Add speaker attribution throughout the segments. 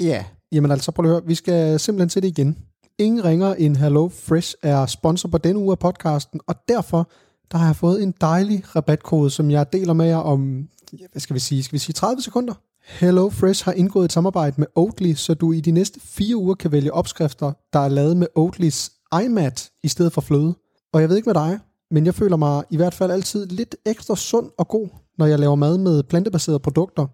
Speaker 1: Ja, jamen altså prøv lige at høre, vi skal simpelthen til det igen. Ingen ringer end Hello Fresh er sponsor på denne uge af podcasten, og derfor der har jeg fået en dejlig rabatkode, som jeg deler med jer om, ja, hvad skal vi sige, skal vi sige 30 sekunder? Hello Fresh har indgået et samarbejde med Oatly, så du i de næste fire uger kan vælge opskrifter, der er lavet med Oatlys iMat i stedet for fløde. Og jeg ved ikke med dig, men jeg føler mig i hvert fald altid lidt ekstra sund og god, når jeg laver mad med plantebaserede produkter.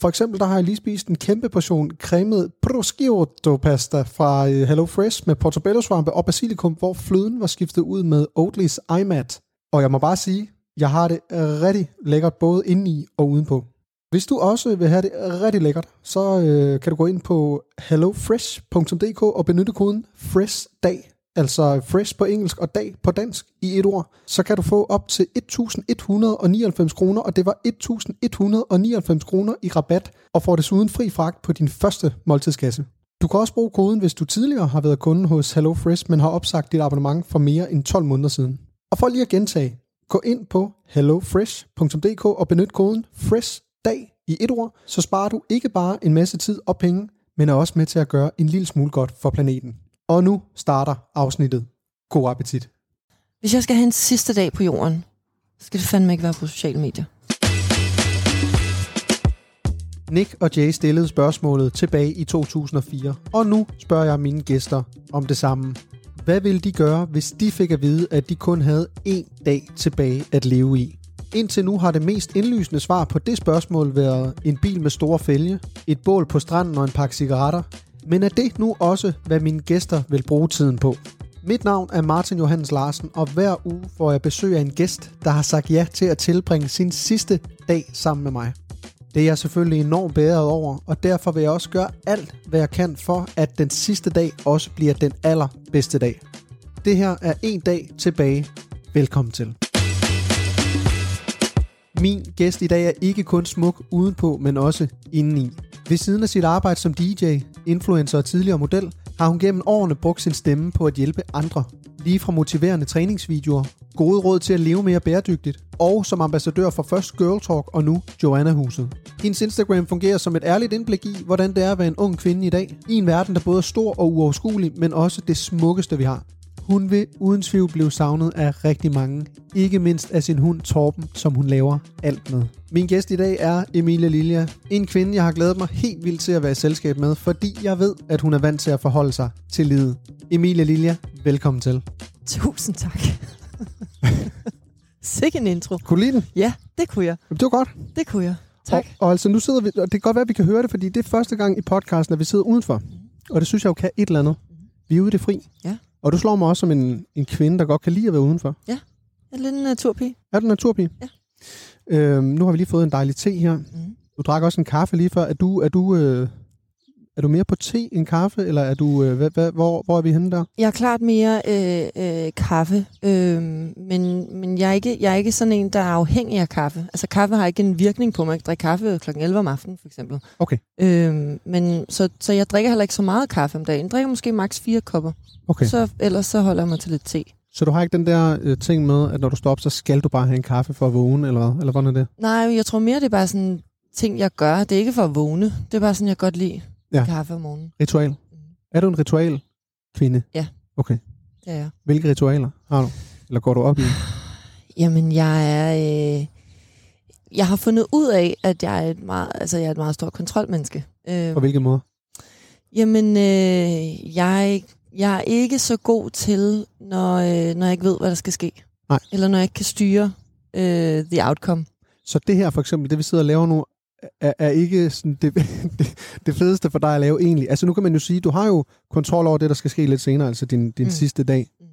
Speaker 1: For eksempel der har jeg lige spist en kæmpe portion cremet prosciutto pasta fra øh, Hello Fresh med portobello-svampe og basilikum, hvor fløden var skiftet ud med Oatlys iMat. Og jeg må bare sige, jeg har det rigtig lækkert både indeni og udenpå. Hvis du også vil have det rigtig lækkert, så øh, kan du gå ind på hellofresh.dk og benytte koden FRESHDAG, altså fresh på engelsk og dag på dansk i et ord, så kan du få op til 1.199 kroner, og det var 1.199 kroner i rabat, og får desuden fri fragt på din første måltidskasse. Du kan også bruge koden, hvis du tidligere har været kunde hos HelloFresh, men har opsagt dit abonnement for mere end 12 måneder siden. Og for lige at gentage, gå ind på hellofresh.dk og benyt koden FRESHDAG i et ord, så sparer du ikke bare en masse tid og penge, men er også med til at gøre en lille smule godt for planeten. Og nu starter afsnittet. God appetit.
Speaker 2: Hvis jeg skal have en sidste dag på jorden, så skal det fandme ikke være på sociale medier.
Speaker 1: Nick og Jay stillede spørgsmålet tilbage i 2004, og nu spørger jeg mine gæster om det samme. Hvad ville de gøre, hvis de fik at vide, at de kun havde én dag tilbage at leve i? Indtil nu har det mest indlysende svar på det spørgsmål været en bil med store fælge, et bål på stranden og en pakke cigaretter. Men er det nu også, hvad mine gæster vil bruge tiden på? Mit navn er Martin Johannes Larsen, og hver uge får jeg besøg af en gæst, der har sagt ja til at tilbringe sin sidste dag sammen med mig. Det er jeg selvfølgelig enormt bedre over, og derfor vil jeg også gøre alt, hvad jeg kan for, at den sidste dag også bliver den allerbedste dag. Det her er en dag tilbage. Velkommen til. Min gæst i dag er ikke kun smuk udenpå, men også indeni. Ved siden af sit arbejde som DJ, influencer og tidligere model, har hun gennem årene brugt sin stemme på at hjælpe andre. Lige fra motiverende træningsvideoer, gode råd til at leve mere bæredygtigt, og som ambassadør for først Girl Talk og nu Joanna Huset. Hendes Instagram fungerer som et ærligt indblik i, hvordan det er at være en ung kvinde i dag, i en verden, der både er stor og uoverskuelig, men også det smukkeste, vi har. Hun vil uden tvivl blive savnet af rigtig mange. Ikke mindst af sin hund Torben, som hun laver alt med. Min gæst i dag er Emilia Lilja. En kvinde, jeg har glædet mig helt vildt til at være i selskab med, fordi jeg ved, at hun er vant til at forholde sig til livet. Emilia Lilja, velkommen til.
Speaker 2: Tusind tak. Sikke en intro.
Speaker 1: Kunne du lide den?
Speaker 2: Ja, det kunne jeg.
Speaker 1: Jamen, Det var godt.
Speaker 2: Det kunne jeg. Tak.
Speaker 1: Og, og altså, nu sidder vi, og det kan godt være, at vi kan høre det, fordi det er første gang i podcasten, at vi sidder udenfor. Og det synes jeg jo kan et eller andet. Vi er ude i det fri.
Speaker 2: Ja.
Speaker 1: Og du slår mig også som en, en kvinde, der godt kan lide at være udenfor.
Speaker 2: Jeg er lidt en øh, naturpige.
Speaker 1: Er du naturpige?
Speaker 2: Ja.
Speaker 1: Øhm, nu har vi lige fået en dejlig te her.
Speaker 2: Mm.
Speaker 1: Du drak også en kaffe lige før. Er du, er du, øh, er du mere på te end kaffe, eller er du, øh, hvad, hvad, hvor, hvor er vi henne der?
Speaker 2: Jeg er klart mere øh, øh, kaffe, øh, men, men jeg, er ikke, jeg er ikke sådan en, der er afhængig af kaffe. Altså kaffe har ikke en virkning på mig. Jeg kan drikke kaffe kl. 11 om aftenen, for eksempel.
Speaker 1: Okay.
Speaker 2: Øh, men, så, så jeg drikker heller ikke så meget kaffe om dagen. Jeg drikker måske maks fire kopper.
Speaker 1: Okay. Så,
Speaker 2: Så, ellers så holder jeg mig til lidt te.
Speaker 1: så du har ikke den der øh, ting med, at når du står op, så skal du bare have en kaffe for at vågne, eller hvad? Eller hvordan er det?
Speaker 2: Nej, jeg tror mere, det er bare sådan ting, jeg gør. Det er ikke for at vågne. Det er bare sådan, jeg godt lide
Speaker 1: Ja.
Speaker 2: ja. kaffe om morgenen.
Speaker 1: Ritual. Er du en ritual kvinde?
Speaker 2: Ja.
Speaker 1: Okay.
Speaker 2: Det er jeg.
Speaker 1: Hvilke ritualer har du? Eller går du op i?
Speaker 2: Jamen, jeg er... Øh, jeg har fundet ud af, at jeg er et meget, altså, jeg er et meget stort kontrolmenneske. Øh,
Speaker 1: På hvilken måde?
Speaker 2: jamen, øh, jeg, er ikke- jeg er ikke så god til, når, øh, når jeg ikke ved, hvad der skal ske.
Speaker 1: Nej.
Speaker 2: Eller når jeg ikke kan styre øh, the outcome.
Speaker 1: Så det her for eksempel, det vi sidder og laver nu, er, er ikke sådan det, det, det fedeste for dig at lave egentlig. Altså nu kan man jo sige, du har jo kontrol over det, der skal ske lidt senere, altså din, din mm.
Speaker 2: Mm.
Speaker 1: sidste dag.
Speaker 2: Mm.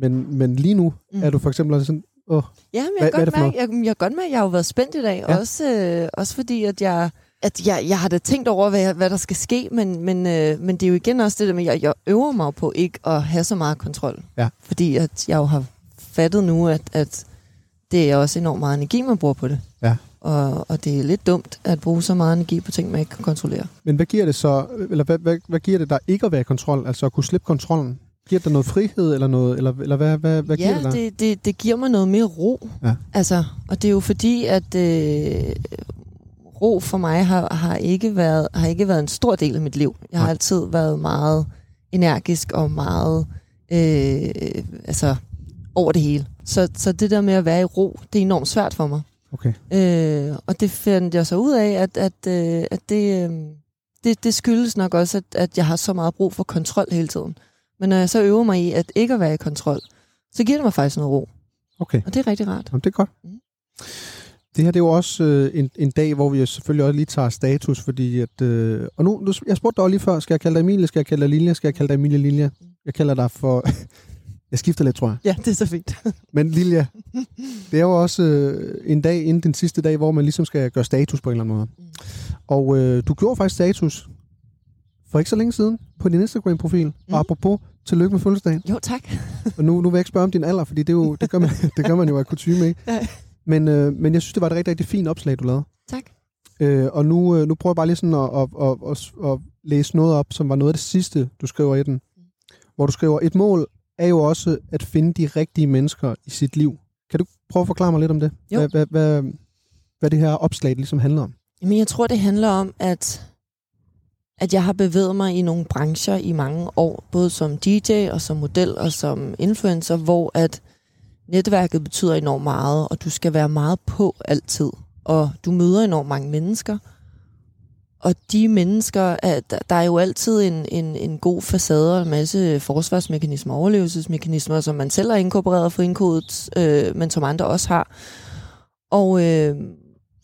Speaker 1: Men, men lige nu mm.
Speaker 2: Mm.
Speaker 1: er du for eksempel også sådan, åh,
Speaker 2: Ja, men
Speaker 1: Hvad- hvad er
Speaker 2: jeg, kan
Speaker 1: det
Speaker 2: godt
Speaker 1: for
Speaker 2: mærke, jeg, jeg kan godt mærke, at jeg har jo været spændt i dag.
Speaker 1: Ja.
Speaker 2: Ja. Også, øh, også fordi, at jeg, at jeg, jeg har da tænkt over, hvad, hvad der skal ske, men, men, øh, men det er jo igen også det der med, at jeg, jeg øver mig på ikke at have så meget kontrol.
Speaker 1: Ja.
Speaker 2: Fordi at jeg jo har fattet nu, at, at det er også enormt meget energi, man bruger på det.
Speaker 1: Ja.
Speaker 2: Og, og det er lidt dumt at bruge så meget energi på ting, man ikke kan kontrollere.
Speaker 1: men hvad giver det så, eller hvad, hvad, hvad giver det dig ikke at være i kontrol, altså at kunne slippe kontrollen? Giver det dig noget frihed, eller noget, eller, eller hvad, hvad, hvad giver
Speaker 2: ja,
Speaker 1: det dig?
Speaker 2: det, det, det giver mig noget mere ro.
Speaker 1: Ja.
Speaker 2: Altså, og det er jo fordi, at øh, ro for mig har, har, ikke været, har ikke været en stor del af mit liv. Jeg har
Speaker 1: Nej.
Speaker 2: altid været meget energisk og meget øh, altså, over det hele. Så, så det der med at være i ro, det er enormt svært for mig.
Speaker 1: Okay.
Speaker 2: Øh, og det fandt jeg så ud af, at, at, øh, at det, øh, det, det skyldes nok også, at, at jeg har så meget brug for kontrol hele tiden. Men når jeg så øver mig i at ikke at være i kontrol, så giver det mig faktisk noget ro.
Speaker 1: Okay.
Speaker 2: Og det er rigtig rart.
Speaker 1: Jamen, det er godt.
Speaker 2: Mm.
Speaker 1: Det her det er jo også øh, en, en dag, hvor vi selvfølgelig også lige tager status, fordi at... Øh, og nu, nu, jeg spurgte dig lige før, skal jeg kalde dig Emilie, skal jeg kalde dig Lilja, skal jeg kalde dig Emilie Lilja? Jeg kalder dig for... jeg skifter lidt, tror jeg.
Speaker 2: Ja, det er så fint.
Speaker 1: Men Lilja, det er jo også øh, en dag inden den sidste dag, hvor man ligesom skal gøre status på en eller anden måde. Og øh, du gjorde faktisk status for ikke så længe siden på din Instagram-profil. Mm.
Speaker 2: Mhm.
Speaker 1: Og apropos, tillykke med fødselsdagen.
Speaker 2: Jo, tak.
Speaker 1: Og nu, nu vil jeg ikke spørge om din alder, fordi det, er jo, det, gør, man, det gør man jo af kutume, ikke?
Speaker 2: Ja.
Speaker 1: Men, øh, men jeg synes, det var et rigtig, rigtig fint opslag, du lavede.
Speaker 2: Tak.
Speaker 1: Øh, og nu, øh, nu prøver jeg bare lige sådan at, at, at, at, at læse noget op, som var noget af det sidste, du skriver i den. Hvor du skriver, et mål er jo også at finde de rigtige mennesker i sit liv. Kan du prøve at forklare mig lidt om det?
Speaker 2: Jo.
Speaker 1: Hvad, hvad, hvad, hvad det her opslag ligesom handler om?
Speaker 2: Jamen, jeg tror, det handler om, at, at jeg har bevæget mig i nogle brancher i mange år, både som DJ og som model og som influencer, hvor at netværket betyder enormt meget, og du skal være meget på altid. Og du møder enormt mange mennesker, og de mennesker, er- der- der er jo altid en, en, en god facade og en masse forsvarsmekanismer, overlevelsesmekanismer, som man selv har inkorporeret og fået indkodet, øh, men som andre også har. Og, øh,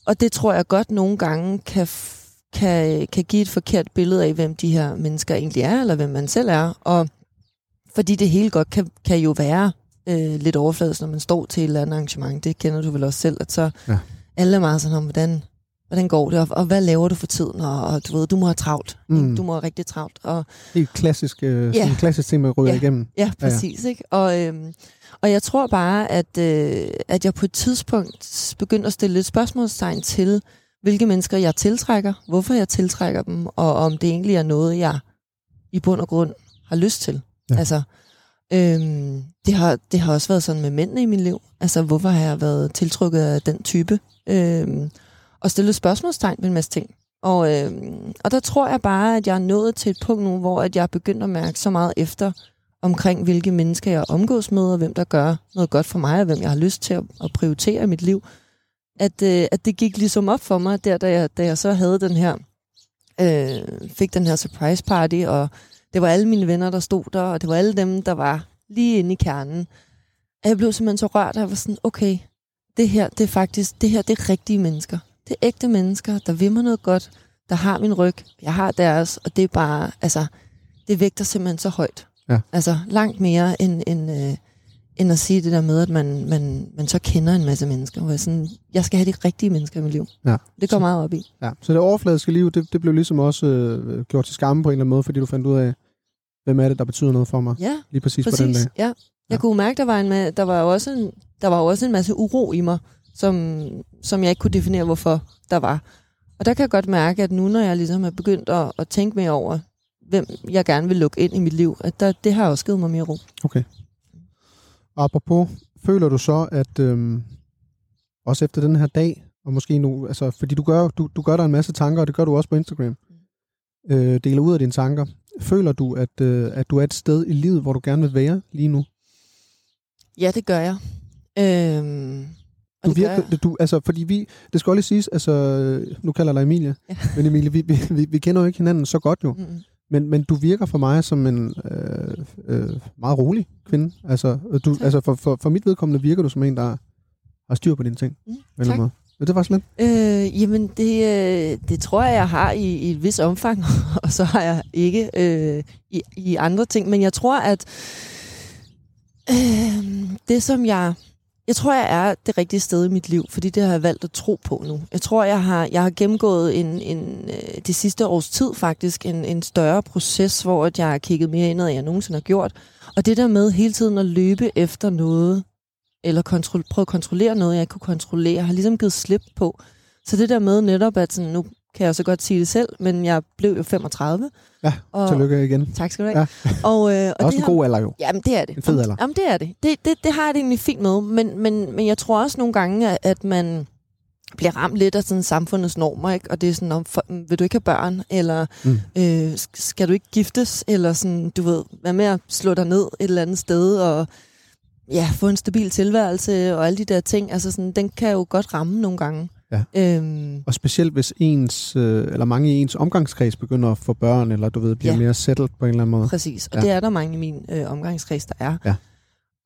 Speaker 2: og det tror jeg godt nogle gange kan, f- kan, kan give et forkert billede af, hvem de her mennesker egentlig er, eller hvem man selv er. Og fordi det hele godt kan, kan jo være øh, lidt overfladisk, når man står til et eller andet arrangement. Det kender du vel også selv, at så
Speaker 1: Ja.
Speaker 2: ja. alle er meget sådan om, hvordan, hvordan går det, og, og hvad laver du for tiden, og, og du ved, du må have travlt.
Speaker 1: Mm.
Speaker 2: Mm. Du må have rigtig travlt. Og,
Speaker 1: Helt klassisk, øh, sådan
Speaker 2: Ja.
Speaker 1: en klassisk ting, man ryger
Speaker 2: Ja.
Speaker 1: igennem.
Speaker 2: Ja,
Speaker 1: Ja, ja.
Speaker 2: præcis. Ikke? Og, øhm, og jeg tror bare, at, øh, at jeg på et tidspunkt begyndte at stille lidt spørgsmålstegn til, hvilke mennesker jeg tiltrækker, hvorfor jeg tiltrækker dem, og om det egentlig er noget, jeg i bund og grund har lyst til.
Speaker 1: Ja.
Speaker 2: Ja. Altså, øhm, det, har, det har også været sådan med mændene i mit liv. Altså, hvorfor har jeg været tiltrukket af den type? Øhm, og stille spørgsmålstegn ved en masse ting. Og, øhm, og der tror jeg bare, at jeg er nået til et punkt nu, hvor at jeg er begyndt at mærke så meget efter, omkring, hvilke mennesker jeg omgås med, og hvem der gør noget godt for mig, og hvem jeg har lyst til at, at prioritere i mit liv, at, øh, at det gik ligesom op for mig, der da jeg, da jeg så havde den her, øh, fik den her surprise party, og det var alle mine venner, der stod der, og det var alle dem, der var lige inde i kernen. Og jeg blev simpelthen så rørt, og jeg var sådan, okay, det her, det er faktisk, det her, det er rigtige mennesker. Det er ægte mennesker, der vil mig noget godt, der har min ryg, jeg har deres, og det er bare, altså, det vægter simpelthen så højt. Altså langt mere end, end, øh, end at sige det der med, at man, man, man så kender en masse mennesker. Hvor jeg, sådan, jeg skal have de rigtige mennesker i mit liv.
Speaker 1: Ja.
Speaker 2: Det går meget op i.
Speaker 1: Ja. Så det overfladiske liv, det, det blev ligesom også øh, gjort til skamme på en eller anden måde, fordi du fandt ud af, hvem er det, der betyder noget for mig
Speaker 2: Ja,
Speaker 1: lige præcis, præcis. på den
Speaker 2: præcis.
Speaker 1: dag.
Speaker 2: Ja. Jeg
Speaker 1: Ja.
Speaker 2: kunne mærke, der var, en, ma- der, var jo også en, der var jo også en masse uro i mig, som, som jeg ikke kunne definere, hvorfor der var. Og der kan jeg godt mærke, at nu når jeg ligesom er begyndt at, at tænke mere over, hvem jeg gerne vil lukke ind i mit liv, at der, det har også givet mig mere ro.
Speaker 1: Apropos, føler du så, at øhm, også efter den her dag, og måske nu, altså, fordi du gør, du, du gør dig en masse tanker, og det gør du også på Instagram,
Speaker 2: Mm.
Speaker 1: øh, deler ud af dine tanker. Føler du, at, øh, at du er et sted i livet, hvor du gerne vil være lige nu?
Speaker 2: Ja, det gør jeg. Øhm, og
Speaker 1: Du
Speaker 2: det gør jeg.
Speaker 1: virker, du, altså, fordi vi, det skal også lige siges, altså, øh, nu kalder jeg dig Emilie, ja.
Speaker 2: Ja.
Speaker 1: men Emilie, vi, vi, vi, vi kender jo ikke hinanden så godt jo,
Speaker 2: Mm.
Speaker 1: men, men du virker for mig som en øh, øh, meget rolig kvinde. Altså, øh, du,
Speaker 2: Tak.
Speaker 1: altså for, for, for mit vedkommende virker du som en, der har styr på dine ting.
Speaker 2: Mm,
Speaker 1: på en eller anden måde. Men det var slet
Speaker 2: Øh, jamen, det, øh, det tror jeg, jeg har i, i et vis omfang, og så har jeg ikke øh, i, i andre ting. Men jeg tror, at øh, det, som jeg... Jeg tror, jeg er det rigtige sted i mit liv, fordi det har jeg valgt at tro på nu. Jeg tror, jeg har, jeg har gennemgået en, en, øh, de sidste års tid faktisk en, en større proces, hvor at jeg har kigget mere indad, end jeg nogensinde har gjort. Og det der med hele tiden at løbe efter noget, eller kontrol, prøve at kontrollere noget, jeg ikke kunne kontrollere, har ligesom givet slip på. Så det der med netop, at sådan, nu kan jeg så godt sige det selv, men jeg blev jo 35.
Speaker 1: Ja,
Speaker 2: og,
Speaker 1: Tillykke igen.
Speaker 2: Tak skal du have. Ja. Og, øh, og
Speaker 1: Og også
Speaker 2: det
Speaker 1: en god alder jo.
Speaker 2: Jamen, det er det.
Speaker 1: En fed alder.
Speaker 2: Jamen, det er det. Det, det, det har jeg det egentlig fint med, men, men, men jeg tror også nogle gange, at man bliver ramt lidt af sådan samfundets normer, ikke? og det er sådan, om, for, vil du ikke have børn, eller
Speaker 1: Mm.
Speaker 2: mm. øh, sk- skal du ikke giftes, eller sådan, du ved, hvad med at slå dig ned et eller andet sted, og ja, få en stabil tilværelse, og alle de der ting, altså sådan, den kan jo godt ramme nogle gange.
Speaker 1: Ja.
Speaker 2: Øhm,
Speaker 1: Og specielt hvis ens, øh, eller mange i ens omgangskreds begynder at få børn, eller du ved, bliver ja.
Speaker 2: Ja.
Speaker 1: mere settled på en eller anden måde.
Speaker 2: Præcis, og
Speaker 1: Ja.
Speaker 2: ja. det er der mange i min øh, omgangskreds, der er.
Speaker 1: Ja.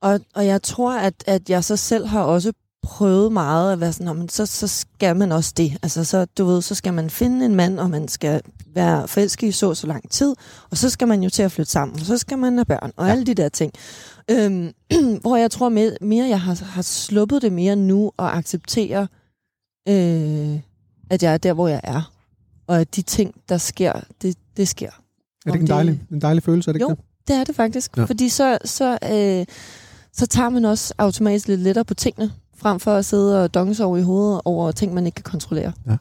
Speaker 2: Og, og jeg tror, at, at jeg så selv har også prøvet meget at være sådan, "Nå, men så, så skal man også det. Altså, så, du ved, så skal man finde en mand, og man skal være forelsket i så og så lang tid, og så skal man jo til at flytte sammen, og så skal man have børn, og
Speaker 1: Ja.
Speaker 2: ja. alle de der ting. Øhm, hvor jeg tror med, mere, jeg har, har sluppet det mere nu, og accepterer, øh, at jeg er der, hvor jeg er. Og at de ting, der sker, det, det sker.
Speaker 1: Er det
Speaker 2: Om
Speaker 1: ikke en
Speaker 2: det-
Speaker 1: dejlig, en dejlig følelse, er det ikke
Speaker 2: Jo,
Speaker 1: det?
Speaker 2: det er det faktisk.
Speaker 1: Ja.
Speaker 2: Ja. Fordi så, så, øh, så tager man også automatisk lidt lettere på tingene, frem for at sidde og donge sig over i hovedet over ting, man ikke kan kontrollere.
Speaker 1: Ja.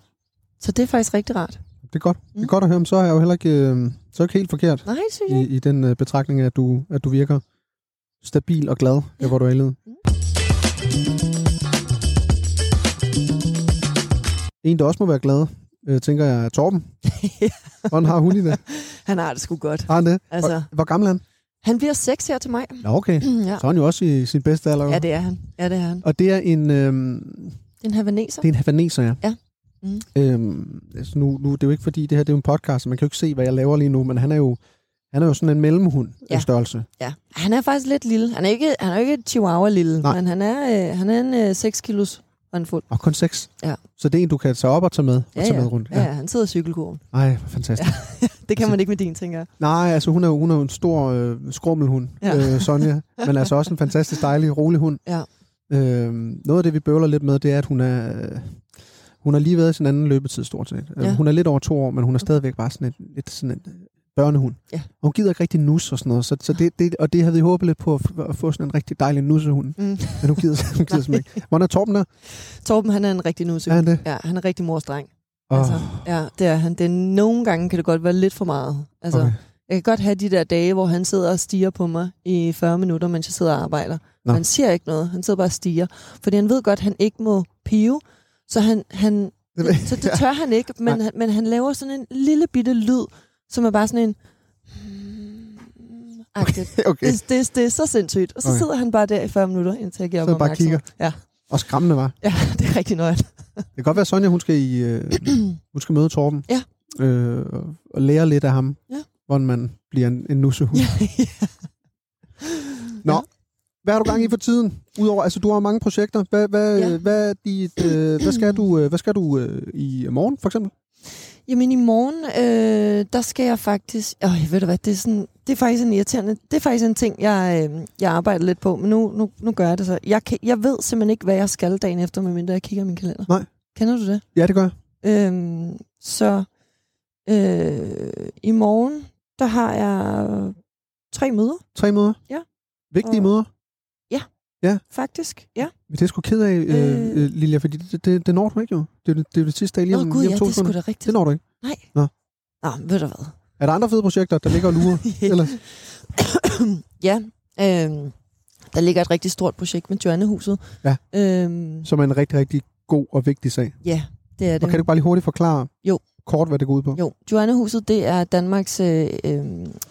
Speaker 2: Så det er faktisk rigtig rart.
Speaker 1: Det er godt. Det er
Speaker 2: Mm.
Speaker 1: godt at høre, men så er jeg jo heller ikke, øh, så er jeg ikke helt forkert
Speaker 2: Nej, det synes jeg. ikke.
Speaker 1: i, i den øh, betragtning, at du, at du virker stabil og glad, ja. hvor du er i livet.
Speaker 2: Mm.
Speaker 1: En, der også må være glad, øh, tænker jeg, er Torben.
Speaker 2: Ja.
Speaker 1: Hvordan har hun i det?
Speaker 2: Han har det sgu godt.
Speaker 1: Har han det?
Speaker 2: Altså,
Speaker 1: Hvor, hvor gammel er han?
Speaker 2: han bliver seks her til mig.
Speaker 1: Nå, okay.
Speaker 2: ja.
Speaker 1: Så er han jo også i sin bedste alder. jo.
Speaker 2: ja, det er han. Ja, det er han.
Speaker 1: Og det er en, øhm,
Speaker 2: Det er en havaneser.
Speaker 1: det er en havaneser, ja.
Speaker 2: Ja. Mm.
Speaker 1: Øhm, altså nu, nu, det er jo ikke fordi, det her det er jo en podcast, så man kan jo ikke se, hvad jeg laver lige nu, men han er jo, han er jo sådan en mellemhund ja.
Speaker 2: Ja.
Speaker 1: af størrelse.
Speaker 2: Ja. Han er faktisk lidt lille. Han er ikke, han er jo ikke chihuahua-lille,
Speaker 1: Nej.
Speaker 2: men han er, øh, han er en øh, 6 kilos håndfuld.
Speaker 1: Og kun seks.
Speaker 2: Ja.
Speaker 1: Så det er en, du kan tage op og tage med, og
Speaker 2: Ja,
Speaker 1: tage
Speaker 2: ja.
Speaker 1: med rundt.
Speaker 2: Ja, ja han sidder i cykelkurven.
Speaker 1: Ej, hvor fantastisk. Ja.
Speaker 2: Det kan
Speaker 1: Altså-
Speaker 2: man ikke med din, tænker jeg.
Speaker 1: Nej, altså hun er, jo- hun er jo en stor øh, skrummelhund, ja.
Speaker 2: Ja.
Speaker 1: øh, Sonja, men altså også en fantastisk dejlig, rolig hund.
Speaker 2: Ja.
Speaker 1: Øh, noget af det, vi bøvler lidt med, det er, at hun er... Øh, hun har lige været i sin anden løbetid, stort set. Ja.
Speaker 2: Ja. Mm.
Speaker 1: Hun er lidt over to år, men hun er stadigvæk bare sådan en, lidt sådan en øh, børnehund.
Speaker 2: Ja.
Speaker 1: Og hun gider ikke rigtig nus og sådan noget, så, så det, det, og det havde vi håbet lidt på at, f- at få sådan en rigtig dejlig nussehund,
Speaker 2: Mm.
Speaker 1: men hun gider, hun gider simpelthen ikke. Hvordan er Torben der?
Speaker 2: Torben, han er en rigtig nusse.
Speaker 1: Er han det?
Speaker 2: Ja, han er rigtig morstreng.
Speaker 1: Åh,
Speaker 2: Altså, ja, det er han. Det er, nogle gange kan det godt være lidt for meget. Altså,
Speaker 1: okay.
Speaker 2: okay. Jeg kan godt have de der dage, hvor han sidder og stiger på mig i 40 minutter, mens jeg sidder og arbejder.
Speaker 1: Nå.
Speaker 2: Nå. Han siger ikke noget. Han sidder bare og stiger. Fordi han ved godt, at han ikke må pive. Så, han, han, så det tør han ikke. Men, han, men han laver sådan en lille bitte lyd, som er bare sådan en... Okay.
Speaker 1: okay.
Speaker 2: Det, det, det er så sindssygt. Og så
Speaker 1: Okay.
Speaker 2: sidder han bare der i 40 minutter, indtil jeg giver
Speaker 1: Så
Speaker 2: ham
Speaker 1: bare kigger.
Speaker 2: opmærksomhed. Ja,
Speaker 1: Og skræmmende, var.
Speaker 2: ja, det er rigtig nøjt.
Speaker 1: Det kan godt være, at Sonja, hun skal, i, øh, hun skal møde Torben.
Speaker 2: Ja.
Speaker 1: Øh, og- og lære lidt af ham,
Speaker 2: Ja.
Speaker 1: hvordan man bliver en, en nussehund.
Speaker 2: ja, ja.
Speaker 1: Nå. Hvad har du gang i for tiden? Udover, altså du har mange projekter. Hvad, hvad, ja.
Speaker 2: Ja.
Speaker 1: hvad, er dit, øh, hvad skal du, øh, hvad skal du øh, i morgen, for eksempel?
Speaker 2: Jamen i morgen, øh, der skal jeg faktisk... Åh, ved du hvad, det er, sådan, det er faktisk en irriterende... Det er faktisk en ting, jeg, øh, jeg arbejder lidt på, men nu, nu, nu gør jeg det så. Jeg, kan, jeg ved simpelthen ikke, hvad jeg skal dagen efter, medmindre jeg kigger i min kalender.
Speaker 1: Nej.
Speaker 2: Kender du det?
Speaker 1: Ja, det gør jeg.
Speaker 2: Øhm, så øh, i morgen, der har jeg tre møder,
Speaker 1: Tre møder.
Speaker 2: Ja.
Speaker 1: Vigtige
Speaker 2: Og-
Speaker 1: møder.
Speaker 2: faktisk. Ja.
Speaker 1: Men det er sgu ked af, øh, øh,
Speaker 2: Øh.
Speaker 1: Lilja, fordi det, det, det når du ikke jo. Det er det, det, er det sidste dag lige
Speaker 2: Nå
Speaker 1: om,
Speaker 2: gud,
Speaker 1: lige
Speaker 2: ja,
Speaker 1: om
Speaker 2: det er sgu
Speaker 1: sekunder.
Speaker 2: da rigtigt.
Speaker 1: Det når du ikke.
Speaker 2: Nå, ved du hvad?
Speaker 1: Er der andre fede projekter, der ligger og lurer? Ellers?
Speaker 2: ja, øh, der ligger et rigtig stort projekt med Joannehuset.
Speaker 1: Ja.
Speaker 2: Øhm,
Speaker 1: Som er en rigtig, rigtig god og vigtig sag.
Speaker 2: Ja, det er
Speaker 1: Og
Speaker 2: det.
Speaker 1: kan du bare lige hurtigt forklare
Speaker 2: Jo.
Speaker 1: kort, hvad det går ud på?
Speaker 2: Jo, Joannehuset, det er Danmarks øh, øh,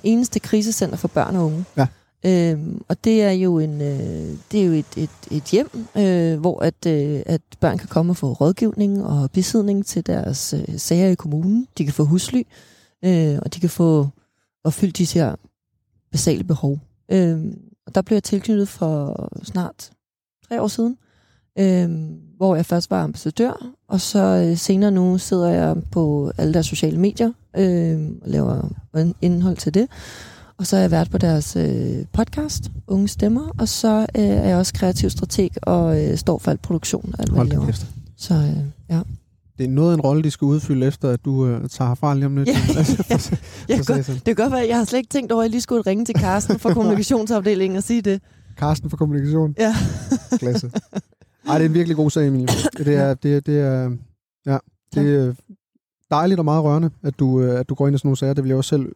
Speaker 2: eneste krisecenter for børn og unge.
Speaker 1: Ja.
Speaker 2: Øhm, og det er jo en øh, det er jo et, et, et hjem, øh, hvor at, øh, at børn kan komme og få rådgivning og besidning til deres øh, sager i kommunen. De kan få husly, øh, og de kan få opfyldt de her basale behov. Øhm, og der blev jeg tilknyttet for snart tre år siden, øhm, hvor jeg først var ambassadør, og så øh, senere nu sidder jeg på alle deres sociale medier øhm, og laver ind- indhold til det. Og så er jeg vært på deres øh, podcast, Unge Stemmer, og så øh, er jeg også kreativ strateg og øh, står for al produktion og alt, hvad
Speaker 1: Hold
Speaker 2: jeg
Speaker 1: da
Speaker 2: laver.
Speaker 1: kæft.
Speaker 2: Så øh, ja.
Speaker 1: Det er noget af en rolle, de skal udfylde efter, at du øh, tager herfra lige om lidt. Altså,
Speaker 2: Ja, ja. Jeg
Speaker 1: For
Speaker 2: kan godt,
Speaker 1: satan.
Speaker 2: det kan godt være, at jeg har slet ikke tænkt over, at jeg lige skulle ringe til Carsten fra kommunikationsafdelingen og sige det.
Speaker 1: Karsten for kommunikation.
Speaker 2: Ja.
Speaker 1: Klasse. Ej, det er en virkelig god sag, Emilie. Det er, det, er- det er, ja, det er dejligt og meget rørende, at du, øh, at du går ind i sådan nogle sager. Det vil jeg også selv,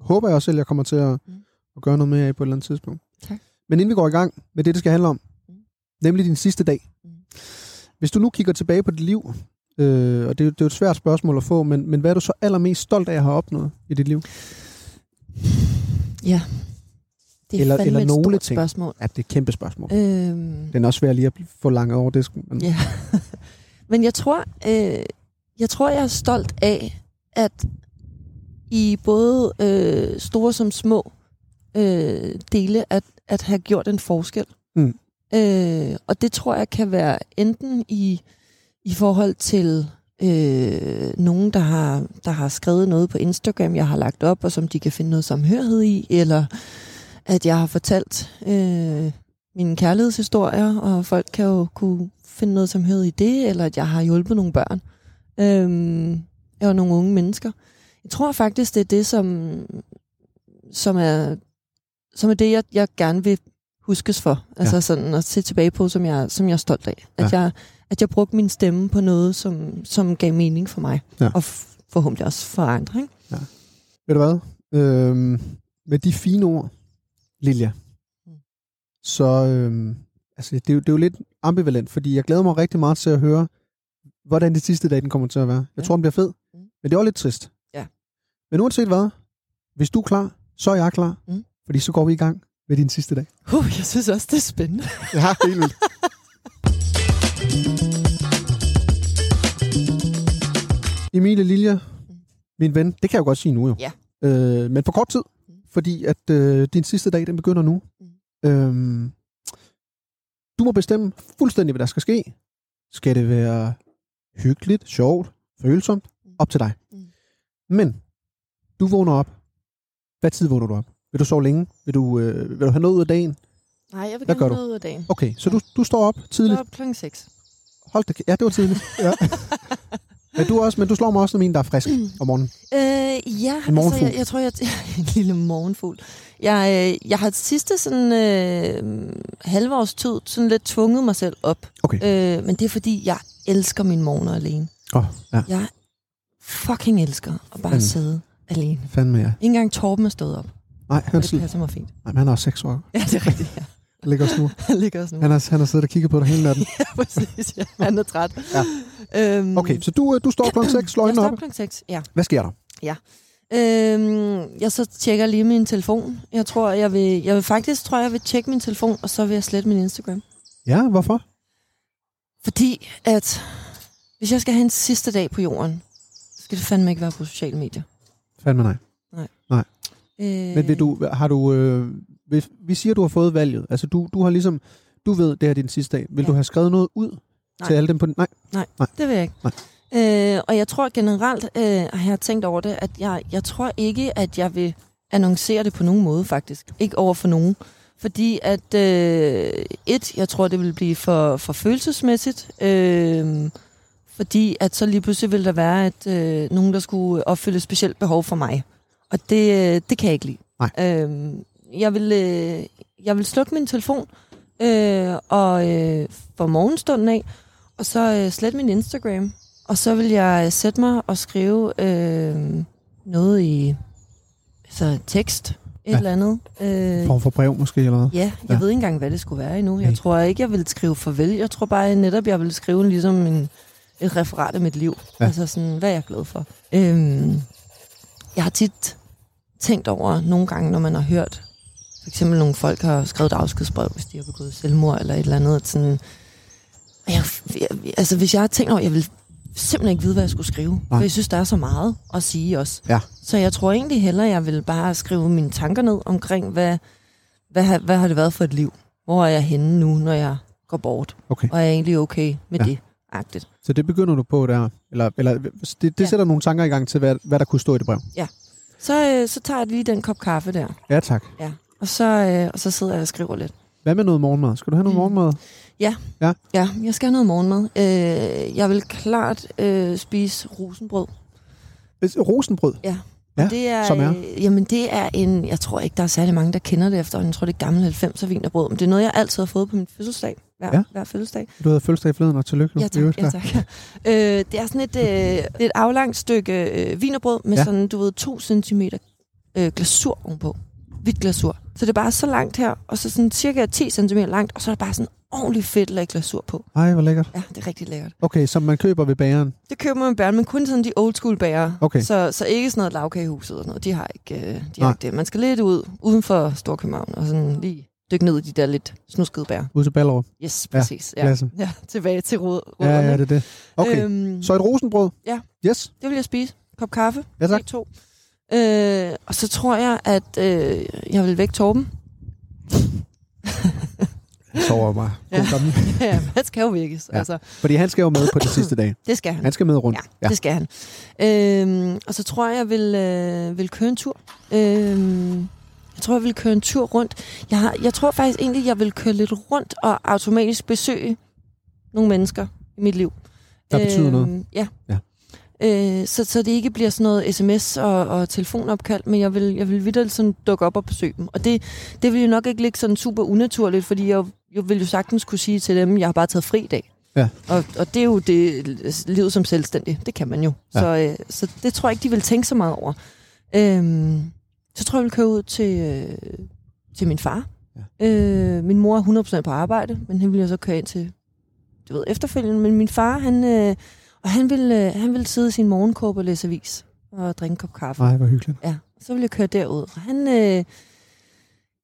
Speaker 1: håber jeg også selv, jeg kommer til at,
Speaker 2: Mm.
Speaker 1: at gøre noget mere af på et eller andet tidspunkt.
Speaker 2: Tak.
Speaker 1: Men inden vi går i gang med det, det skal handle om,
Speaker 2: Mm.
Speaker 1: nemlig din sidste dag,
Speaker 2: Mm.
Speaker 1: vil Hvis du nu kigger tilbage på dit liv, øh, og det, er jo- det er jo et svært spørgsmål at få, men, men hvad er du så allermest stolt af at have opnået i dit liv?
Speaker 2: Det er
Speaker 1: Eller-
Speaker 2: eller, fandme
Speaker 1: eller
Speaker 2: et
Speaker 1: nogle
Speaker 2: stort
Speaker 1: ting.
Speaker 2: spørgsmål.
Speaker 1: Ja, det er et kæmpe spørgsmål.
Speaker 2: Øhm,
Speaker 1: Den er også svær lige at få langt over disken. Men,
Speaker 2: Ja. Men jeg tror, øh, jeg tror, jeg er stolt af, at i både øh, store som små øh, dele, at, at have gjort en forskel.
Speaker 1: Mm.
Speaker 2: Øh, og det tror jeg kan være enten i, i forhold til øh, nogen, der har, der har skrevet noget på Instagram, jeg har lagt op, og som de kan finde noget samhørighed i, eller at jeg har fortalt... Øh, mine kærlighedshistorier, og folk kan jo kunne finde noget som i det, eller at jeg har hjulpet nogle børn øhm, og nogle unge mennesker. Jeg tror faktisk, det er det, som, som, er, som er det, jeg, jeg gerne vil huskes for. Altså sådan at se tilbage på, som jeg, som jeg er stolt af. At, jeg, at jeg brugte min stemme på noget, som, som gav mening for mig,
Speaker 1: Ja.
Speaker 2: og f- forhåbentlig også for andre. Ikke?
Speaker 1: Ved du hvad? Øhm, med de fine ord, Lilja,
Speaker 2: Mm.
Speaker 1: så øhm, altså, det, er jo, det er jo lidt ambivalent, fordi jeg glæder mig rigtig meget til at høre, hvordan det sidste dag den kommer til at være. Jeg
Speaker 2: Ja.
Speaker 1: tror, den bliver fed,
Speaker 2: Mm.
Speaker 1: men det er også lidt trist.
Speaker 2: Ja.
Speaker 1: Men uanset hvad, hvis du er klar, så er jeg klar,
Speaker 2: Mm.
Speaker 1: fordi så går vi i gang med din sidste dag.
Speaker 2: Uh, jeg synes også, det er spændende.
Speaker 1: Ja, helt vildt. Emilie Lilja, min ven, det kan jeg jo godt sige nu jo.
Speaker 2: Ja.
Speaker 1: Øh, men på kort tid, fordi at øh, din sidste dag, den begynder nu. Mm. Øhm, du må bestemme fuldstændig, hvad der skal ske. Skal det være hyggeligt, sjovt, følsomt?
Speaker 2: Mm.
Speaker 1: Op til dig.
Speaker 2: Mm.
Speaker 1: Men, du vågner op. Hvad tid vågner du op? Vil du sove længe? Vil du, øh, vil du have noget ud af dagen?
Speaker 2: Nej, jeg vil
Speaker 1: Hvad gør
Speaker 2: gerne
Speaker 1: du?
Speaker 2: noget ud af dagen.
Speaker 1: Okay, så
Speaker 2: Ja.
Speaker 1: du, du står op tidligt.
Speaker 2: Jeg er op klokken 6.
Speaker 1: Hold da, kæ- ja, det var tidligt. Ja. men, du er også, men du slår mig også som en, der er frisk om morgenen.
Speaker 2: Øh, ja,
Speaker 1: En morgenfugl.
Speaker 2: Altså, jeg, jeg tror, jeg... en lille morgenfugl. Jeg, øh, jeg har det sidste sådan, øh, halvårs tid sådan lidt tvunget mig selv op.
Speaker 1: Okay.
Speaker 2: Øh, men det er fordi, jeg elsker mine morgener alene.
Speaker 1: Åh, oh, ja, Mm.
Speaker 2: Jeg fucking elsker at bare
Speaker 1: Fanden.
Speaker 2: sidde alene. Ikke
Speaker 1: fandme ja.
Speaker 2: engang Torben er stået op.
Speaker 1: Nej, han,
Speaker 2: og
Speaker 1: sl-
Speaker 2: Det passer mig fint.
Speaker 1: nej, men han er også seks år.
Speaker 2: Ja, det er rigtigt. Ja.
Speaker 1: Han ligger og snur.
Speaker 2: Han ligger også nu.
Speaker 1: Han har, han har siddet og kigget på dig hele natten.
Speaker 2: Ja, præcis. Ja. Han er træt.
Speaker 1: Ja.
Speaker 2: Øhm,
Speaker 1: Okay, så du, øh, du står klokken 6, slår
Speaker 2: jeg
Speaker 1: hende
Speaker 2: står
Speaker 1: op.
Speaker 2: op klokken 6, ja.
Speaker 1: Hvad sker der?
Speaker 2: Øhm, jeg så tjekker lige min telefon. Jeg tror, jeg vil, jeg vil faktisk tror, jeg vil tjekke min telefon, og så vil jeg slette min Instagram.
Speaker 1: Ja, hvorfor?
Speaker 2: Fordi at, hvis jeg skal have en sidste dag på jorden, skal det fandme ikke være på sociale medier.
Speaker 1: Fandme nej.
Speaker 2: Øh,
Speaker 1: Men vil du, har du, øh, hvis, vi siger, du har fået valget. Altså, du, du har ligesom, du ved, det her er din sidste dag. Vil
Speaker 2: Ja.
Speaker 1: du have skrevet noget ud
Speaker 2: Nej.
Speaker 1: til alle dem på den? Nej,
Speaker 2: Det vil jeg ikke. Øh, og jeg tror generelt, øh, og jeg har tænkt over det, at jeg, jeg tror ikke, at jeg vil annoncere det på nogen måde faktisk. Ikke over for nogen. Fordi at, øh, et, jeg tror, det vil blive for, for følelsesmæssigt. Øh, fordi at så lige pludselig vil der være at, øh, nogen, der skulle opfylde et specielt behov for mig. Og det, øh, det kan jeg ikke lide.
Speaker 1: Nej.
Speaker 2: Øh, jeg, vil, øh, jeg vil slukke min telefon øh, og øh, for morgenstunden af, og så øh, slet min Instagram. Og så vil jeg øh, sætte mig og skrive øh, noget i altså, tekst, et
Speaker 1: Ja.
Speaker 2: eller andet.
Speaker 1: en
Speaker 2: Øh,
Speaker 1: form for brev måske eller hvad?
Speaker 2: Ja, jeg
Speaker 1: Ja.
Speaker 2: ja. ved ikke engang, hvad det skulle være endnu. Jeg
Speaker 1: Nej.
Speaker 2: tror ikke, jeg ville skrive farvel. Jeg tror bare at netop, jeg ville skrive ligesom en, et referat af mit liv.
Speaker 1: Ja.
Speaker 2: Ja. Altså sådan, hvad jeg er glad for. Øhm, jeg har tit tænkt over nogle gange, når man har hørt, for eksempel nogle folk har skrevet et afskedsbrev, hvis de har begået selvmord eller et eller andet. At sådan, og jeg, jeg, altså hvis jeg har tænkt over, jeg vil simpelthen ikke vide, hvad jeg skulle skrive.
Speaker 1: Nej.
Speaker 2: For jeg synes, der er så meget at sige også.
Speaker 1: Ja.
Speaker 2: Så jeg tror egentlig hellere, jeg vil bare skrive mine tanker ned omkring, hvad, hvad, har- hvad har det været for et liv? Hvor er jeg henne nu, når jeg går bort?
Speaker 1: Okay.
Speaker 2: Og er jeg egentlig okay med
Speaker 1: Ja.
Speaker 2: ja. det? Agtigt.
Speaker 1: Så det begynder du på der. Eller, eller det, det
Speaker 2: Ja.
Speaker 1: sætter nogle tanker i gang til, hvad, hvad der kunne stå i det brev.
Speaker 2: Så, øh, så tager jeg lige den kop kaffe der,
Speaker 1: Ja, tak.
Speaker 2: ja. og, så, øh, og så sidder jeg og skriver lidt.
Speaker 1: Hvad med noget morgenmad? Skal du have noget
Speaker 2: Mm.
Speaker 1: morgenmad?
Speaker 2: Ja, jeg skal have noget morgenmad. Øh, jeg vil klart øh, spise rosenbrød.
Speaker 1: Hvis- Øh, Rosenbrød. Ja,
Speaker 2: det er,
Speaker 1: som er?
Speaker 2: Øh, jamen det er en, jeg tror ikke, der er særlig mange, der kender det efter, jeg tror det er gammel 90'er vinerbrød, men det er noget, jeg altid har fået på min fødselsdag, hver,
Speaker 1: Ja.
Speaker 2: ja. hver fødselsdag.
Speaker 1: Du havde fødselsdag i forleden, og tillykke.
Speaker 2: Ja
Speaker 1: I
Speaker 2: tak,
Speaker 1: øvrigt
Speaker 2: ja,
Speaker 1: der.
Speaker 2: tak. øh, det er sådan et, øh, det er et aflangt stykke øh, vinerbrød med
Speaker 1: Ja.
Speaker 2: ja. sådan, du ved, to centimeter øh, glasur ovenpå. Hvidt glasur. Så det er bare så langt her, og så sådan cirka 10 cm langt, og så er der bare sådan ordentlig fedt lag glasur på.
Speaker 1: Ej, hvor lækkert.
Speaker 2: Ja, det er rigtig lækkert.
Speaker 1: Okay, som man køber ved bageren.
Speaker 2: Det køber man bæren, men kun sådan de old school bærer.
Speaker 1: Okay.
Speaker 2: Så, så ikke sådan noget lavkagehuset og sådan noget. De har ikke, øh, de
Speaker 1: Nej.
Speaker 2: har ikke det. Man skal lidt ud uden for Storkøbenhavn og sådan lige dykke ned i de der lidt snuskede bær.
Speaker 1: Ude til Ballerup.
Speaker 2: Yes,
Speaker 1: Ja,
Speaker 2: præcis. Ja, ja.
Speaker 1: pladsen.
Speaker 2: tilbage til råd.
Speaker 1: Ja, ja, det er det. Okay, øhm.
Speaker 2: Øhm,
Speaker 1: så et rosenbrød.
Speaker 2: Ja.
Speaker 1: Yes.
Speaker 2: Det vil jeg spise. Kop kaffe.
Speaker 1: Ja, tak.
Speaker 2: Måske To. Øh, og så tror jeg, at øh, jeg vil vække Torben.
Speaker 1: Jeg sover mig.
Speaker 2: Ja.
Speaker 1: God gammel.
Speaker 2: ja, han skal jo vækkes.
Speaker 1: Ja.
Speaker 2: Ja. Altså,
Speaker 1: Fordi han skal jo med på den sidste dag.
Speaker 2: det skal han.
Speaker 1: Han skal med rundt.
Speaker 2: Ja, det skal han. Øhm, og så tror jeg, jeg vil, øh, vil køre en tur. Øhm, jeg tror, jeg vil køre en tur rundt. Jeg, har, jeg tror faktisk egentlig, jeg vil køre lidt rundt og automatisk besøge nogle mennesker i mit liv.
Speaker 1: Der betyder
Speaker 2: noget? Ja.
Speaker 1: Ja.
Speaker 2: Øh, så, så det ikke bliver sådan noget sms og, og telefonopkald, men jeg vil, jeg vil videre sådan dukke op og besøge dem. Og det, det vil jo nok ikke ligge sådan super unaturligt, fordi jeg, jeg vil jo sagtens kunne sige til dem, jeg har bare taget fri i dag.
Speaker 1: Ja.
Speaker 2: Og, og det er jo det livet som selvstændig. Det kan man jo.
Speaker 1: Ja.
Speaker 2: Ja. Så, øh, så det tror jeg ikke, de vil tænke så meget over. Øhm, så tror jeg, jeg vil køre ud til, øh, til min far. Ja. Øh, min mor er 100% på arbejde, men han ville jeg så køre ind til du ved, efterfølgende. Men min far, han, øh, og han, ville, øh, han ville sidde i sin morgenkåbe og læse avis og drikke en kop kaffe.
Speaker 1: Nej, hvor hyggeligt.
Speaker 2: Ja, så ville jeg køre derud. Og han, øh,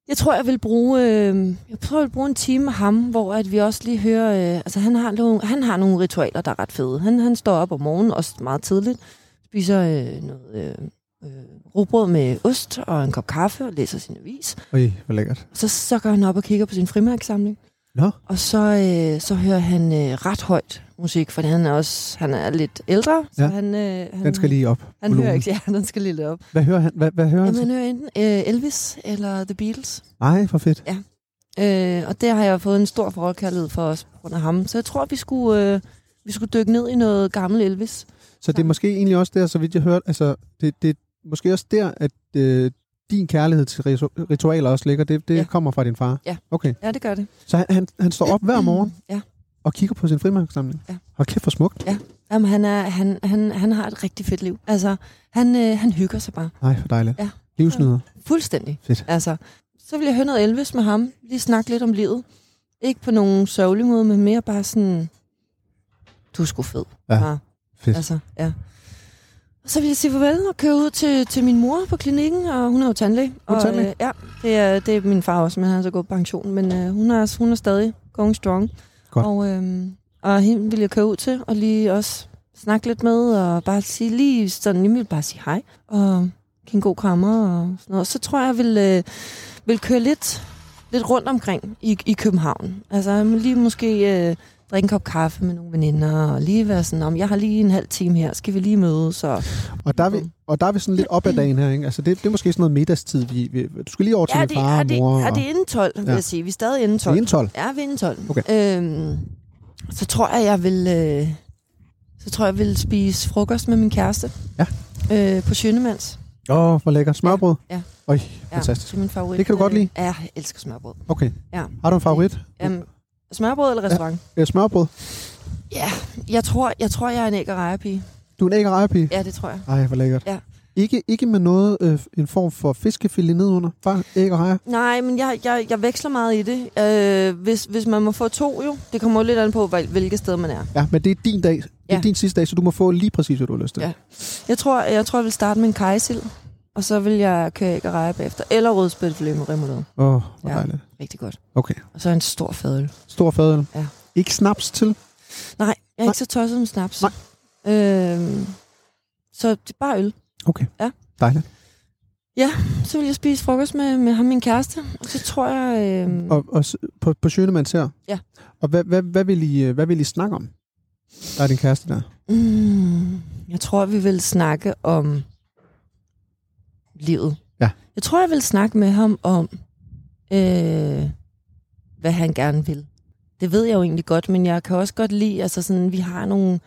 Speaker 2: jeg tror, jeg vil bruge, øh, jeg tror, jeg vil bruge en time med ham, hvor at vi også lige hører, øh, altså han har, nogle, han har nogle ritualer, der er ret fede. Han, han står op om morgenen, også meget tidligt, spiser øh, noget øh, øh, rugbrød med ost og en kop kaffe og læser sin avis.
Speaker 1: Oj, hvor lækkert.
Speaker 2: Så, så går han op og kigger på sin frimærksamling.
Speaker 1: Nå.
Speaker 2: Og så, øh, så hører han øh, ret højt musik, for han er også han er lidt ældre, så
Speaker 1: Ja.
Speaker 2: han, øh, han,
Speaker 1: Den skal lige op.
Speaker 2: han hører ikke, ja, den skal lige lidt op.
Speaker 1: Hvad hører han? Hvad, hvad hører han?
Speaker 2: Jamen, han hører enten øh, Elvis eller The Beatles.
Speaker 1: Nej, for fedt.
Speaker 2: Øh, og det har jeg fået en stor forkærlighed for os på grund af ham. Så jeg tror, vi skulle, øh, vi skulle dykke ned i noget gammel Elvis.
Speaker 1: Så det er måske egentlig også der, så vidt jeg hørte, altså, det, det er måske også der, at øh, din kærlighed til ritu- ritualer også ligger. Det, det ja.
Speaker 2: Ja.
Speaker 1: kommer fra din far.
Speaker 2: Ja.
Speaker 1: Okay.
Speaker 2: Ja, det gør det.
Speaker 1: Så han, han, han står op hver morgen
Speaker 2: Ja.
Speaker 1: og kigger på sin frimærksamling.
Speaker 2: Ja.
Speaker 1: Hold kæft, hvor smukt.
Speaker 2: Jamen, han, er, han, han, han har et rigtig fedt liv. Altså, han, øh, han hygger sig bare.
Speaker 1: Nej, for dejligt.
Speaker 2: Ja.
Speaker 1: Livsnyder.
Speaker 2: Fuldstændig.
Speaker 1: Fedt.
Speaker 2: Altså, så vil jeg høre noget Elvis med ham. Lige snakke lidt om livet. Ikke på nogen sørgelig måde, men mere bare sådan... Du er sgu fed.
Speaker 1: Ja.
Speaker 2: far."
Speaker 1: Fedt.
Speaker 2: Altså, ja. Og så vil jeg sige farvel og køre ud til, til min mor på klinikken, og hun er jo tandlæge.
Speaker 1: Hun er
Speaker 2: og,
Speaker 1: tandlæge?
Speaker 2: Øh, ja, det er, det er min far også, men han er så gået på pension. Men øh, hun, er, hun er stadig going strong.
Speaker 1: Godt.
Speaker 2: Og, øh, og hende vil jeg køre ud til, og lige også snakke lidt med, og bare sige lige sådan, jeg vil bare sige hej, og give en god krammer og sådan noget. Så tror jeg, jeg vil, øh, vil køre lidt, lidt rundt omkring i, i København. Altså lige måske... Øh, drikke en kop kaffe med nogle veninder, og lige være sådan, om jeg har lige en halv time her, skal vi lige mødes? Og...
Speaker 1: Og der, er vi, og der er vi sådan lidt op ad dagen her, ikke? Altså, det, det er måske sådan noget middagstid. Vi, vi, du skal lige over til
Speaker 2: Ja,
Speaker 1: din
Speaker 2: det,
Speaker 1: far
Speaker 2: er
Speaker 1: og
Speaker 2: det,
Speaker 1: mor.
Speaker 2: er det inden 12, vil
Speaker 1: Ja.
Speaker 2: jeg sige. Vi er stadig inden
Speaker 1: og,
Speaker 2: 12.
Speaker 1: det er 12.
Speaker 2: Ja, vi er inden 12.
Speaker 1: Okay.
Speaker 2: Øhm, så tror jeg, jeg vil... Øh, så tror jeg, jeg vil spise frokost med min kæreste.
Speaker 1: Ja.
Speaker 2: Øh, på Sjønemands.
Speaker 1: Åh, hvor lækkert. Smørbrød?
Speaker 2: Ja.
Speaker 1: Øj,
Speaker 2: Ja,
Speaker 1: fantastisk.
Speaker 2: Det er min favorit.
Speaker 1: Det kan du godt
Speaker 2: Øh,
Speaker 1: lide?
Speaker 2: Ja, jeg elsker smørbrød.
Speaker 1: Okay.
Speaker 2: Ja.
Speaker 1: Har du en favorit?
Speaker 2: Um, smørbrød eller restaurant?
Speaker 1: Ja, smørbrød.
Speaker 2: Ja. Jeg tror, jeg, tror, jeg er en æg- og rejepige.
Speaker 1: Du er en æg- og rejepige?
Speaker 2: Ja, det tror jeg.
Speaker 1: Ej, hvor lækkert.
Speaker 2: Ja.
Speaker 1: Ikke, ikke med noget, øh, en form for fiskefilet nedenunder? Bare æg og rejer?
Speaker 2: Nej, men jeg, jeg, jeg veksler meget i det. Øh, hvis, hvis man må få to jo, det kommer jo lidt an på, hvil- hvilket sted man er.
Speaker 1: Ja, men det er din dag. Ja. Det er
Speaker 2: Ja.
Speaker 1: din sidste dag, så du må få lige præcis, hvad du har lyst til.
Speaker 2: Ja. Jeg tror, jeg, tror, jeg vil starte med en kajsild, og så vil jeg køre æg og rejer bagefter. Eller rødspættefilet med remoulade.
Speaker 1: Åh, oh, hvor ja.
Speaker 2: Ja.
Speaker 1: dejligt.
Speaker 2: Rigtig godt.
Speaker 1: Okay.
Speaker 2: Og så en stor fadøl.
Speaker 1: Stor fadøl.
Speaker 2: Ja.
Speaker 1: Ikke snaps til?
Speaker 2: Nej, jeg er
Speaker 1: Nej.
Speaker 2: ikke så tosset med snaps.
Speaker 1: Nej.
Speaker 2: Øh, så det er bare øl.
Speaker 1: Okay.
Speaker 2: Ja.
Speaker 1: Dejligt.
Speaker 2: Så vil jeg spise frokost med, med ham, min kæreste. Og så tror jeg... Øh,
Speaker 1: Og, og s- på, på Sjønemands her?
Speaker 2: Ja.
Speaker 1: Og hvad, hvad, hvad, vil I, øh, hvad vil I snakke om? Der er din kæreste der.
Speaker 2: Mm, jeg tror, vi vil snakke om livet.
Speaker 1: Ja.
Speaker 2: Jeg tror, jeg vil snakke med ham om, øh, hvad han gerne vil. Det ved jeg jo egentlig godt, men jeg kan også godt lide, altså sådan, vi har nogle,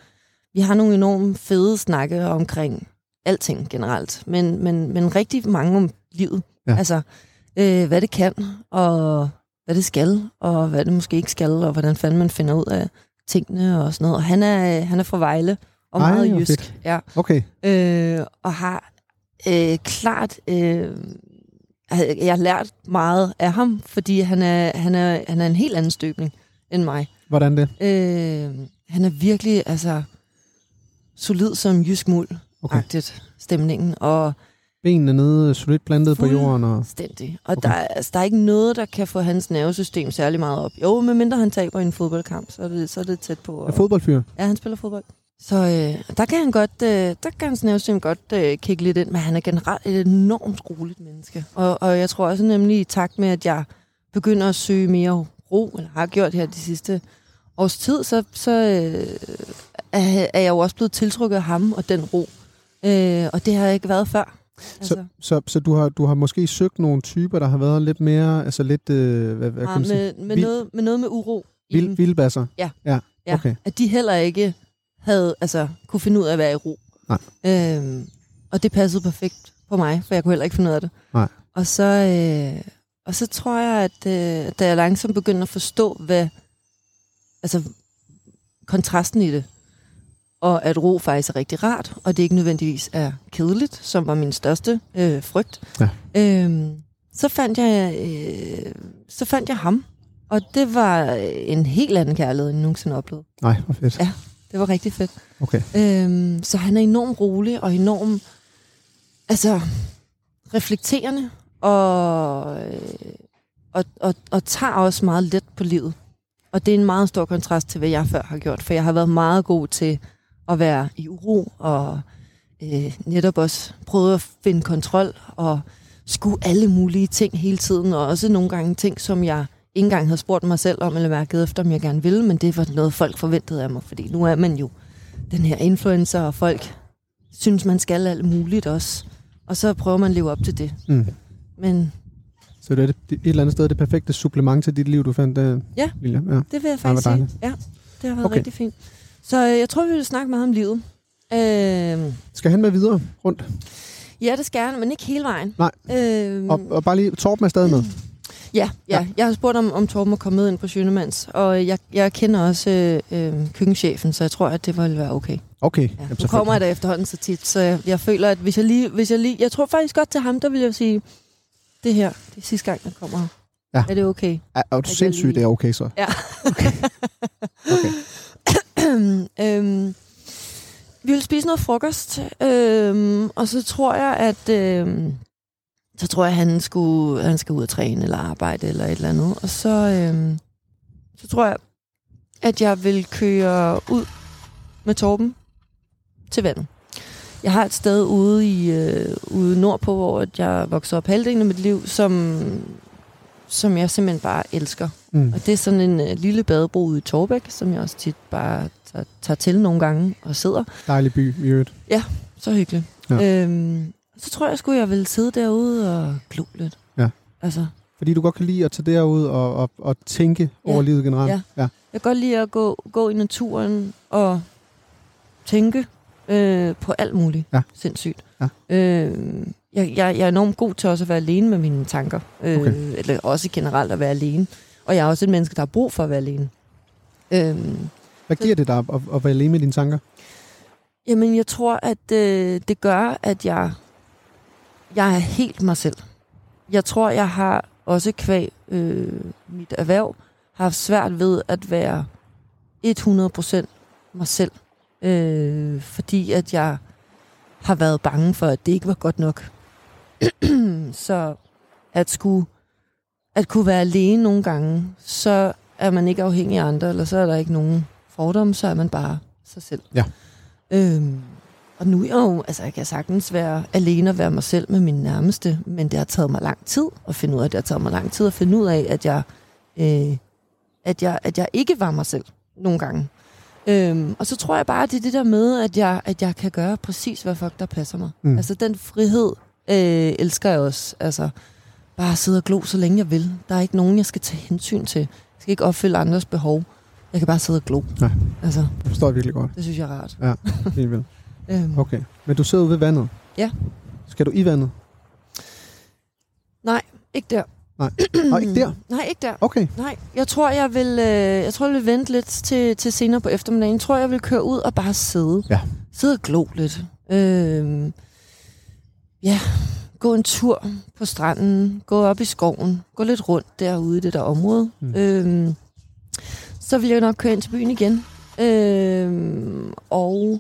Speaker 2: vi har nogle enormt fede snakke omkring alting generelt, men, men, men rigtig mange om livet.
Speaker 1: Ja.
Speaker 2: Altså, øh, hvad det kan, og hvad det skal, og hvad det måske ikke skal, og hvordan fanden man finder ud af tingene og sådan noget. Og han er, øh, han er fra Vejle, og
Speaker 1: Ej,
Speaker 2: meget
Speaker 1: hvor
Speaker 2: jysk.
Speaker 1: fedt.
Speaker 2: Ja
Speaker 1: Okay.
Speaker 2: øh, og har øh, klart... Øh, jeg har lært meget af ham, fordi han er, han er, han er en helt anden støbning, end mig.
Speaker 1: Hvordan det?
Speaker 2: Øh, han er virkelig altså solid som jysk muld
Speaker 1: Okay.
Speaker 2: agtigt stemningen, og
Speaker 1: Benene nede, solidt plantet på
Speaker 2: Fuld-
Speaker 1: jorden. Og...
Speaker 2: stændig. Og
Speaker 1: Okay.
Speaker 2: okay. der, er- altså, der er ikke noget, der kan få hans nervesystem særlig meget op. Jo, medmindre han taber en fodboldkamp, så er det, så er det tæt på.
Speaker 1: Er
Speaker 2: Og,
Speaker 1: fodboldfyr?
Speaker 2: ja, han spiller fodbold. Så øh, der kan han godt, øh, der kan hans nervesystem godt øh, kigge lidt ind, men han er generelt et enormt roligt menneske. Og, og jeg tror også nemlig i takt med, at jeg begynder at søge mere ro, eller har gjort her de sidste års tid, så, så øh, er, er jeg jo også blevet tiltrukket af ham og den ro. Øh, og det har jeg ikke været før. Altså,
Speaker 1: Så, så, så du, har, du har måske søgt nogle typer, der har været lidt mere, altså lidt, øh, hvad, hvad kan
Speaker 2: Nej,
Speaker 1: man sige,
Speaker 2: med, med,
Speaker 1: Vild-
Speaker 2: noget, med noget med uro. i
Speaker 1: vild,
Speaker 2: dem.
Speaker 1: vildbasser?
Speaker 2: Ja.
Speaker 1: ja.
Speaker 2: Ja.
Speaker 1: Okay.
Speaker 2: At de heller ikke havde, altså, kunne finde ud af at være i ro.
Speaker 1: Nej.
Speaker 2: Øhm, og det passede perfekt på mig, for jeg kunne heller ikke finde ud af det.
Speaker 1: Nej.
Speaker 2: Og så, øh, og så tror jeg, at øh, da jeg langsomt begyndte at forstå, hvad, altså, kontrasten i det, og at ro faktisk er rigtig rart, og det ikke nødvendigvis er kedeligt, som var min største øh, frygt,
Speaker 1: Ja.
Speaker 2: øhm, så, fandt jeg, øh, så fandt jeg ham. Og det var en helt anden kærlighed, end jeg nogensinde oplevede.
Speaker 1: Nej, hvor fedt.
Speaker 2: Ja. Det var rigtig fedt.
Speaker 1: Okay.
Speaker 2: Øhm, så han er enormt rolig og enormt altså, reflekterende og, øh, og, og, og tager også meget let på livet. Og det er en meget stor kontrast til, hvad jeg før har gjort, for jeg har været meget god til at være i uro og øh, netop også prøvet at finde kontrol og skulle alle mulige ting hele tiden, og også nogle gange ting, som jeg ikke engang havde spurgt mig selv om, eller mærket efter, om jeg gerne ville, men det var noget, folk forventede af mig, fordi nu er man jo den her influencer, og folk synes, man skal alt muligt også. Og så prøver man at leve op til det.
Speaker 1: Mm.
Speaker 2: Men
Speaker 1: Så det er det- det- et eller andet sted det perfekte supplement til dit liv, du fandt, øh,
Speaker 2: Ja.
Speaker 1: Lilja. Ja.
Speaker 2: det vil jeg
Speaker 1: Ej, hvor
Speaker 2: faktisk sige. Ja, det har
Speaker 1: Okay.
Speaker 2: været okay. rigtig fint. Så øh, jeg tror, vi vil snakke meget om livet. Øh,
Speaker 1: Skal han med videre rundt?
Speaker 2: ja, det skal jeg, men ikke hele vejen.
Speaker 1: Nej.
Speaker 2: Øh,
Speaker 1: Og, og bare lige, Torben er stadig med.
Speaker 2: Ja, ja. Jeg har spurgt, om, om Torben må komme med ind på Sjønemands, og jeg, jeg kender også øh, øh, køkkenchefen, så jeg tror, at det ville være okay.
Speaker 1: Okay.
Speaker 2: Ja. Nu kommer jeg da efterhånden så tit, så jeg, jeg føler, at hvis jeg lige... Hvis jeg lige jeg tror faktisk godt til ham, der vil jeg sige, det her, det er sidste gang, jeg kommer her.
Speaker 1: Ja.
Speaker 2: Er det okay?
Speaker 1: Er, er du
Speaker 2: jeg
Speaker 1: sindssygt,
Speaker 2: lige-
Speaker 1: det er okay så?
Speaker 2: Ja.
Speaker 1: Okay. okay.
Speaker 2: øhm, vi vil spise noget frokost, øhm, og så tror jeg, at øhm, så tror jeg, han skulle han skal ud og træne eller arbejde eller et eller andet. Og så, øhm, så tror jeg, at jeg vil køre ud med Torben til vandet. Jeg har et sted ude i øh, ude nordpå, hvor at jeg voksede op halvdelen af mit liv, som, som jeg simpelthen bare elsker.
Speaker 1: Mm.
Speaker 2: Og det er sådan en øh, lille badebro ude i Torbæk, som jeg også tit bare tager, tager til nogle gange og sidder.
Speaker 1: Dejlig by, i øvrigt.
Speaker 2: Så hyggeligt. Ja. Øhm, så tror jeg sgu, jeg ville sidde derude og glo lidt.
Speaker 1: Ja.
Speaker 2: Altså,
Speaker 1: Fordi du godt kan lide at tage derud og, og, og tænke
Speaker 2: Ja.
Speaker 1: over livet generelt.
Speaker 2: Ja.
Speaker 1: ja.
Speaker 2: jeg kan godt lide at gå, gå i naturen og tænke øh, på alt muligt.
Speaker 1: Ja.
Speaker 2: Sindssygt.
Speaker 1: Ja.
Speaker 2: Øh, jeg, jeg, jeg er enormt god til også at være alene med mine tanker. Øh,
Speaker 1: Okay.
Speaker 2: Eller også generelt at være alene. Og jeg er også et menneske, der har brug for at være alene. Øh,
Speaker 1: Hvad giver det dig at, at- at være alene med dine tanker?
Speaker 2: Jamen, jeg tror, at øh, det gør, at jeg, jeg er helt mig selv. Jeg tror, jeg har også kvæg øh, mit erhverv, haft svært ved at være 100% mig selv. Øh, fordi at jeg har været bange for, at det ikke var godt nok. så at skulle at kunne være alene nogle gange, så er man ikke afhængig af andre, eller så er der ikke nogen fordomme, så er man bare sig selv. Øhm, og nu er jeg jo, altså jeg kan sagtens være alene og være mig selv med mine nærmeste, men det har taget mig lang tid at finde ud af, det har taget mig lang tid at finde ud af, at jeg, øh, at jeg, at jeg ikke var mig selv nogle gange. Øhm, og så tror jeg bare, at det er det der med, at jeg, at jeg kan gøre præcis, hvad fuck der passer mig.
Speaker 1: Mm.
Speaker 2: Mm. Altså den frihed øh, elsker jeg også. Altså bare sidde og glo så længe jeg vil. Der er ikke nogen, jeg skal tage hensyn til. Jeg skal ikke opfylde andres behov. Jeg kan bare sidde og glo.
Speaker 1: Nej.
Speaker 2: Altså,
Speaker 1: Jeg forstår det virkelig godt.
Speaker 2: det synes jeg er rart.
Speaker 1: Helt vildt.
Speaker 2: Øhm.
Speaker 1: Okay. Men du sidder ude ved vandet?
Speaker 2: Ja.
Speaker 1: Skal du i vandet?
Speaker 2: Ikke der.
Speaker 1: Nej. Og Ah, ikke der?
Speaker 2: Nej, ikke der.
Speaker 1: Okay.
Speaker 2: Nej, jeg tror, jeg vil, øh, jeg tror, jeg vil vente lidt til, til senere på eftermiddagen. Jeg tror, jeg vil køre ud og bare sidde.
Speaker 1: Ja.
Speaker 2: Sidde og glo lidt. Øh, ja, gå en tur på stranden. Gå op i skoven. Gå lidt rundt derude i det der område.
Speaker 1: Mm.
Speaker 2: Mm. Øh, Øhm, så ville jeg nok køre ind til byen igen. Øhm, og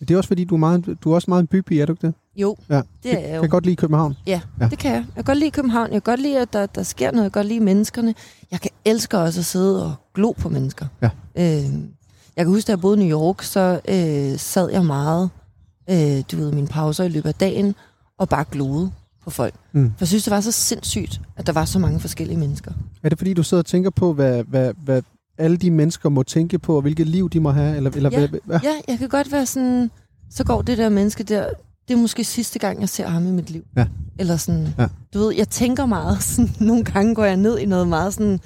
Speaker 1: Det er også fordi, du er, meget, du er også meget en bypige, er du ikke det?
Speaker 2: jo,
Speaker 1: Ja.
Speaker 2: det er jeg jo.
Speaker 1: Kan godt lide København. Ja.
Speaker 2: Det kan jeg. Jeg kan godt lide København. Jeg kan godt lide, at der, der sker noget. Jeg kan godt lide menneskerne. Jeg kan elsker også at sidde og glo på mennesker.
Speaker 1: Ja.
Speaker 2: Øh, jeg kan huske, da jeg boede i New York, så øh, sad jeg meget, øh, du ved, mine pauser i løbet af dagen, og bare gloede på folk.
Speaker 1: Mm.
Speaker 2: For jeg synes, det var så sindssygt, at der var så mange forskellige mennesker.
Speaker 1: Er det fordi, du sidder og tænker på, hvad, hvad, hvad alle de mennesker må tænke på, og hvilket liv de må have? Eller, eller
Speaker 2: Ja.
Speaker 1: Hvad, hvad?
Speaker 2: Ja, jeg kan godt være sådan, så går det der menneske der, det er måske sidste gang, jeg ser ham i mit liv.
Speaker 1: Ja.
Speaker 2: Eller sådan,
Speaker 1: Ja.
Speaker 2: ja. du ved, jeg tænker meget, sådan, nogle gange går jeg ned i noget meget sådan,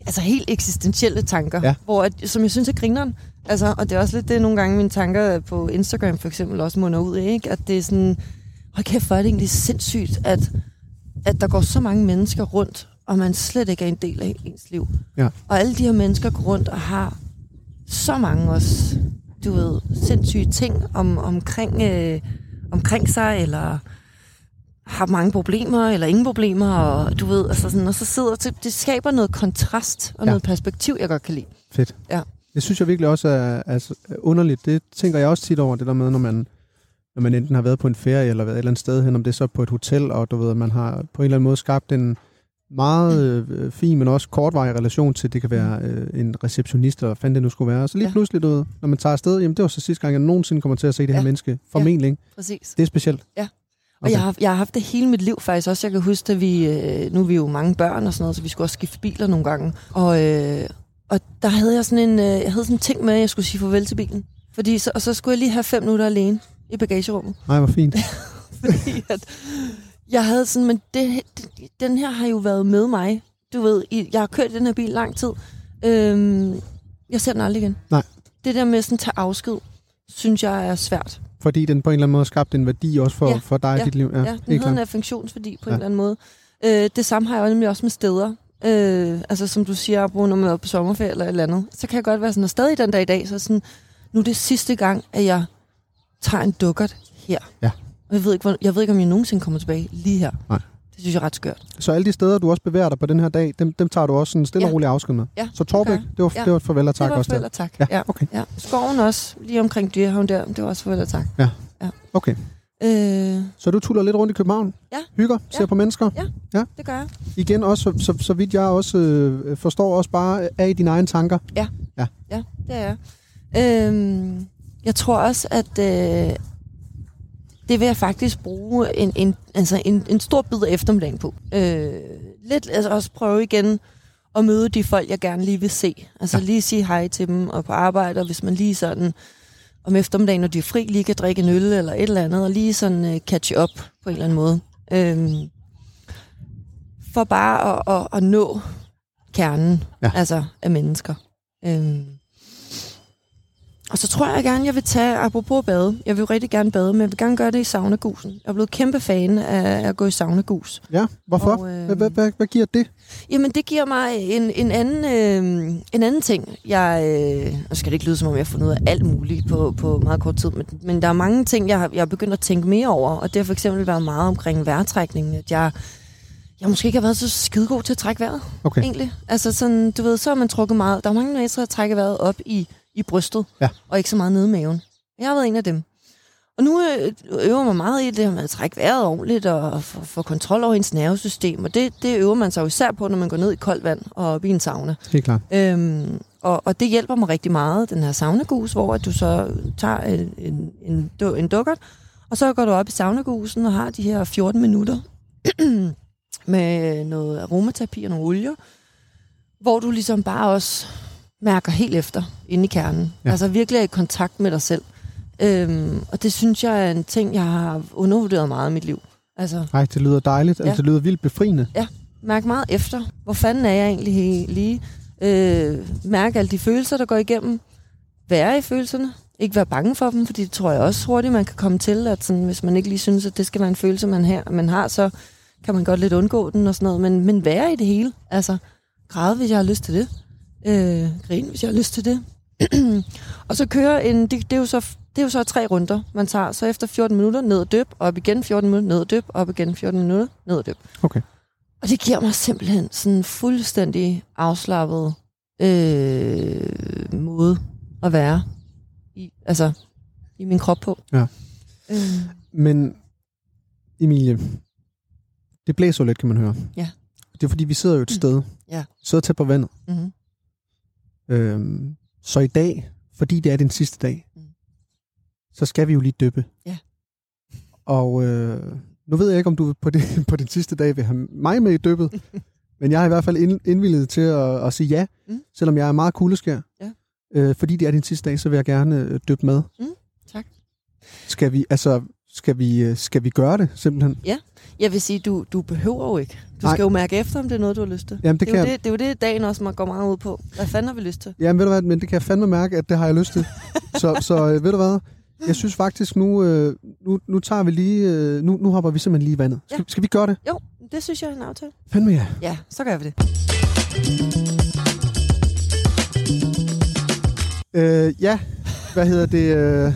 Speaker 2: altså helt eksistentielle tanker,
Speaker 1: Ja.
Speaker 2: hvor at, som jeg synes er grineren. Altså, og det er også lidt det, nogle gange mine tanker på Instagram for eksempel også munder ud i, ikke? at det er sådan, hold kæft, hvor er det egentlig sindssygt, at, at der går så mange mennesker rundt, og man slet ikke er en del af ens liv.
Speaker 1: Ja.
Speaker 2: Og alle de her mennesker går rundt og har så mange også, du ved, sindssyge ting om, omkring, øh, omkring sig, eller har mange problemer, eller ingen problemer, og du ved, altså sådan, og så sidder til, det skaber noget kontrast og
Speaker 1: Ja.
Speaker 2: ja. noget perspektiv, jeg godt kan lide.
Speaker 1: Fedt.
Speaker 2: Ja.
Speaker 1: Det synes jeg virkelig også er, altså, er underligt. Det tænker jeg også tit over, det der med, når man, når man enten har været på en ferie, eller været et eller andet sted hen, om det er så på et hotel, og du ved, man har på en eller anden måde skabt en meget øh, fin, men også kortvarig relation til, det kan være øh, en receptionist, eller hvad fanden det nu skulle være. Og så lige ja.
Speaker 2: Ja.
Speaker 1: pludselig, du ved, når man tager afsted, jamen det var så sidste gang, jeg nogensinde kommer til at se det her ja.
Speaker 2: Ja.
Speaker 1: menneske. Formentlig. ikke?
Speaker 2: Præcis.
Speaker 1: Det er specielt.
Speaker 2: Og okay. jeg, har, jeg har haft det hele mit liv faktisk også. Jeg kan huske, at vi, øh, nu er vi jo mange børn og sådan noget, så vi skulle også skifte biler nogle gange. Og, øh, og der havde jeg sådan en, øh, jeg havde sådan en ting med, at jeg skulle sige farvel til bilen. Fordi så, og så skulle jeg lige have fem minutter alene i bagagerummet.
Speaker 1: Nej, hvor fint.
Speaker 2: Fordi at jeg havde sådan, men det, det, den her har jo været med mig. Du ved, i, jeg har kørt i den her bil lang tid. Øhm, jeg ser den aldrig igen.
Speaker 1: Nej.
Speaker 2: Det der med sådan at tage afsked, synes jeg er svært.
Speaker 1: Fordi den på en eller anden måde har skabt en værdi også for, ja.
Speaker 2: Ja.
Speaker 1: for dig og
Speaker 2: Ja.
Speaker 1: dit liv. Ja,
Speaker 2: Ja, den
Speaker 1: helt
Speaker 2: havde
Speaker 1: klart.
Speaker 2: en funktionsværdi på ja.
Speaker 1: Ja.
Speaker 2: en eller anden måde. Øh, det samme har jeg jo nemlig også med steder. Øh, altså som du siger, Abro, når man er på sommerferie eller et eller andet, så kan jeg godt være sådan, og stadig den dag i dag, så er jeg sådan, nu er det sidste gang, at jeg tager en dukkert her.
Speaker 1: Ja.
Speaker 2: Og jeg ved, ikke, hvor, jeg ved ikke, om jeg nogensinde kommer tilbage lige her.
Speaker 1: Nej.
Speaker 2: Det synes jeg er ret skørt.
Speaker 1: Så alle de steder, du også bevæger dig på den her dag, dem, dem tager du også sådan stille
Speaker 2: Ja.
Speaker 1: og roligt afsked med.
Speaker 2: Ja,
Speaker 1: Så Torbæk,
Speaker 2: det gør
Speaker 1: det var,
Speaker 2: Ja.
Speaker 1: det var et farvel og tak
Speaker 2: det var
Speaker 1: også
Speaker 2: farvel
Speaker 1: der.
Speaker 2: og tak.
Speaker 1: Ja,
Speaker 2: ja.
Speaker 1: okay.
Speaker 2: ja. Skoven også, lige omkring Dyrehavn der, det var også farvel og tak.
Speaker 1: Okay,
Speaker 2: Øh,
Speaker 1: så du tuller lidt rundt i København,
Speaker 2: Ja.
Speaker 1: hygger, ser
Speaker 2: Ja.
Speaker 1: på mennesker.
Speaker 2: det gør jeg.
Speaker 1: Igen også, så, så, så vidt jeg også øh, forstår, også bare øh, er i dine egne tanker.
Speaker 2: Ja, det er jeg. Øhm, jeg tror også, at øh, det vil jeg faktisk bruge en, en, altså en, en stor bid af eftermiddagen på. Øh, lidt altså også prøve igen at møde de folk, jeg gerne lige vil se. Altså
Speaker 1: Ja.
Speaker 2: ja. lige sige hej til dem og på arbejde, og hvis man lige sådan om eftermiddagen, når de er fri, lige kan drikke en øl eller et eller andet, og lige sådan øh, catch up på en eller anden måde. Øhm, for bare at, at, at nå kernen
Speaker 1: Ja.
Speaker 2: ja. altså af mennesker. Øhm. Og så tror jeg gerne, jeg vil tage, apropos bade, jeg vil jo rigtig gerne bade, men jeg vil gerne gøre det i saunagusen. Jeg er blevet kæmpe fan af at gå i saunagus.
Speaker 1: Ja, hvorfor?
Speaker 2: Og, øh,
Speaker 1: Hvad- Hvad hvad- hvad giver det?
Speaker 2: Jamen, det giver mig en, en, anden, øh, en anden ting. Jeg, øh, nu skal det ikke lyde, som om jeg har fundet ud af alt muligt på, på meget kort tid, men, men der er mange ting, jeg har, jeg er begyndt at tænke mere over, og det har for eksempel været meget omkring vejrtrækningen, at jeg, jeg måske ikke har været så skidegod til at trække vejret
Speaker 1: Okay,
Speaker 2: egentlig. Altså sådan, du ved, så har man trukket meget. Der er mange mennesker, der trækker vejret op i, i brystet,
Speaker 1: Ja.
Speaker 2: og ikke så meget nede i maven. Jeg har været en af dem. Og nu øh, øver man meget i det her med at trække vejret ordentligt og og få få kontrol over ens nervesystem. Og det, det øver man sig jo især på, når man går ned i koldt vand og op i en sauna.
Speaker 1: helt klart.
Speaker 2: Øhm, og, og det hjælper mig rigtig meget, den her saunagus, hvor at du så tager en, en, en, du- en dukkert, og så går du op i saunagusen og har de her 14 minutter med noget aromaterapi og nogle olier, hvor du ligesom bare også mærker helt efter inde i kernen.
Speaker 1: Ja.
Speaker 2: Ja. Altså virkelig er i kontakt med dig selv. Øhm, og det synes jeg er en ting, jeg har undervurderet meget i mit liv. Altså
Speaker 1: Ej, det lyder dejligt, ja.
Speaker 2: Ja.
Speaker 1: det lyder vildt befriende.
Speaker 2: mærke meget efter. Hvor fanden er jeg egentlig he- lige? Øh, mærke alle de følelser, der går igennem. Være i følelserne. Ikke være bange for dem, fordi det tror jeg også hurtigt, man kan komme til, at sådan, hvis man ikke lige synes, at det skal være en følelse, man, her, man har, så kan man godt lidt undgå den og sådan noget. Men, men være i det hele. Altså, græde, hvis jeg har lyst til det. Øh, grine, hvis jeg har lyst til det. og så køre en, det, det, er jo så, det er jo så tre runder, man tager. Så efter 14 minutter ned og døb, op igen 14 minutter, ned og døb, op igen 14 minutter, ned og døb. Og det giver mig simpelthen sådan en fuldstændig afslappet øh, måde at være i, altså, i min krop på.
Speaker 1: Ja.
Speaker 2: Øh,
Speaker 1: Men Emilie, det blæser jo lidt, kan man høre.
Speaker 2: Ja. Mm.
Speaker 1: Det er fordi, vi sidder jo et sted.
Speaker 2: Ja.
Speaker 1: Sidder tæt på vandet.
Speaker 2: mm-hmm.
Speaker 1: Øhm, så i dag, fordi det er den sidste dag,
Speaker 2: Mm.
Speaker 1: så skal vi jo lige dyppe.
Speaker 2: Ja.
Speaker 1: Og øh, nu ved jeg ikke, om du på, det, på den sidste dag vil have mig med i dyppet, men jeg har i hvert fald ind, indvilliget til at, at sige ja,
Speaker 2: Mm.
Speaker 1: selvom jeg er meget kuldeskær.
Speaker 2: Ja. Mm,
Speaker 1: Øh, fordi det er din sidste dag, så vil jeg gerne øh, dyppe med.
Speaker 2: Tak.
Speaker 1: Skal vi, altså, skal vi, øh, skal vi gøre det, simpelthen?
Speaker 2: Jeg vil sige, du, du behøver jo ikke. Du
Speaker 1: Nej.
Speaker 2: skal jo mærke efter, om det er noget, du har lyst til.
Speaker 1: Jamen, det,
Speaker 2: Det
Speaker 1: kan
Speaker 2: er, jo
Speaker 1: jeg,
Speaker 2: det, det er jo det, dagen også må- går meget ud på. Hvad fanden har vi lyst til?
Speaker 1: Jamen, ved du hvad, men det kan jeg fandme mærke, at det har jeg lyst til. så, så øh, ved du hvad, jeg synes faktisk, nu, øh, nu, nu tager vi lige, øh, nu, nu hopper vi simpelthen lige i vandet. Skal,
Speaker 2: Ja.
Speaker 1: skal vi gøre det?
Speaker 2: Jo, det synes jeg er en aftale.
Speaker 1: Fandme ja.
Speaker 2: Ja, så gør vi det.
Speaker 1: Øh, ja, hvad hedder det? Øh,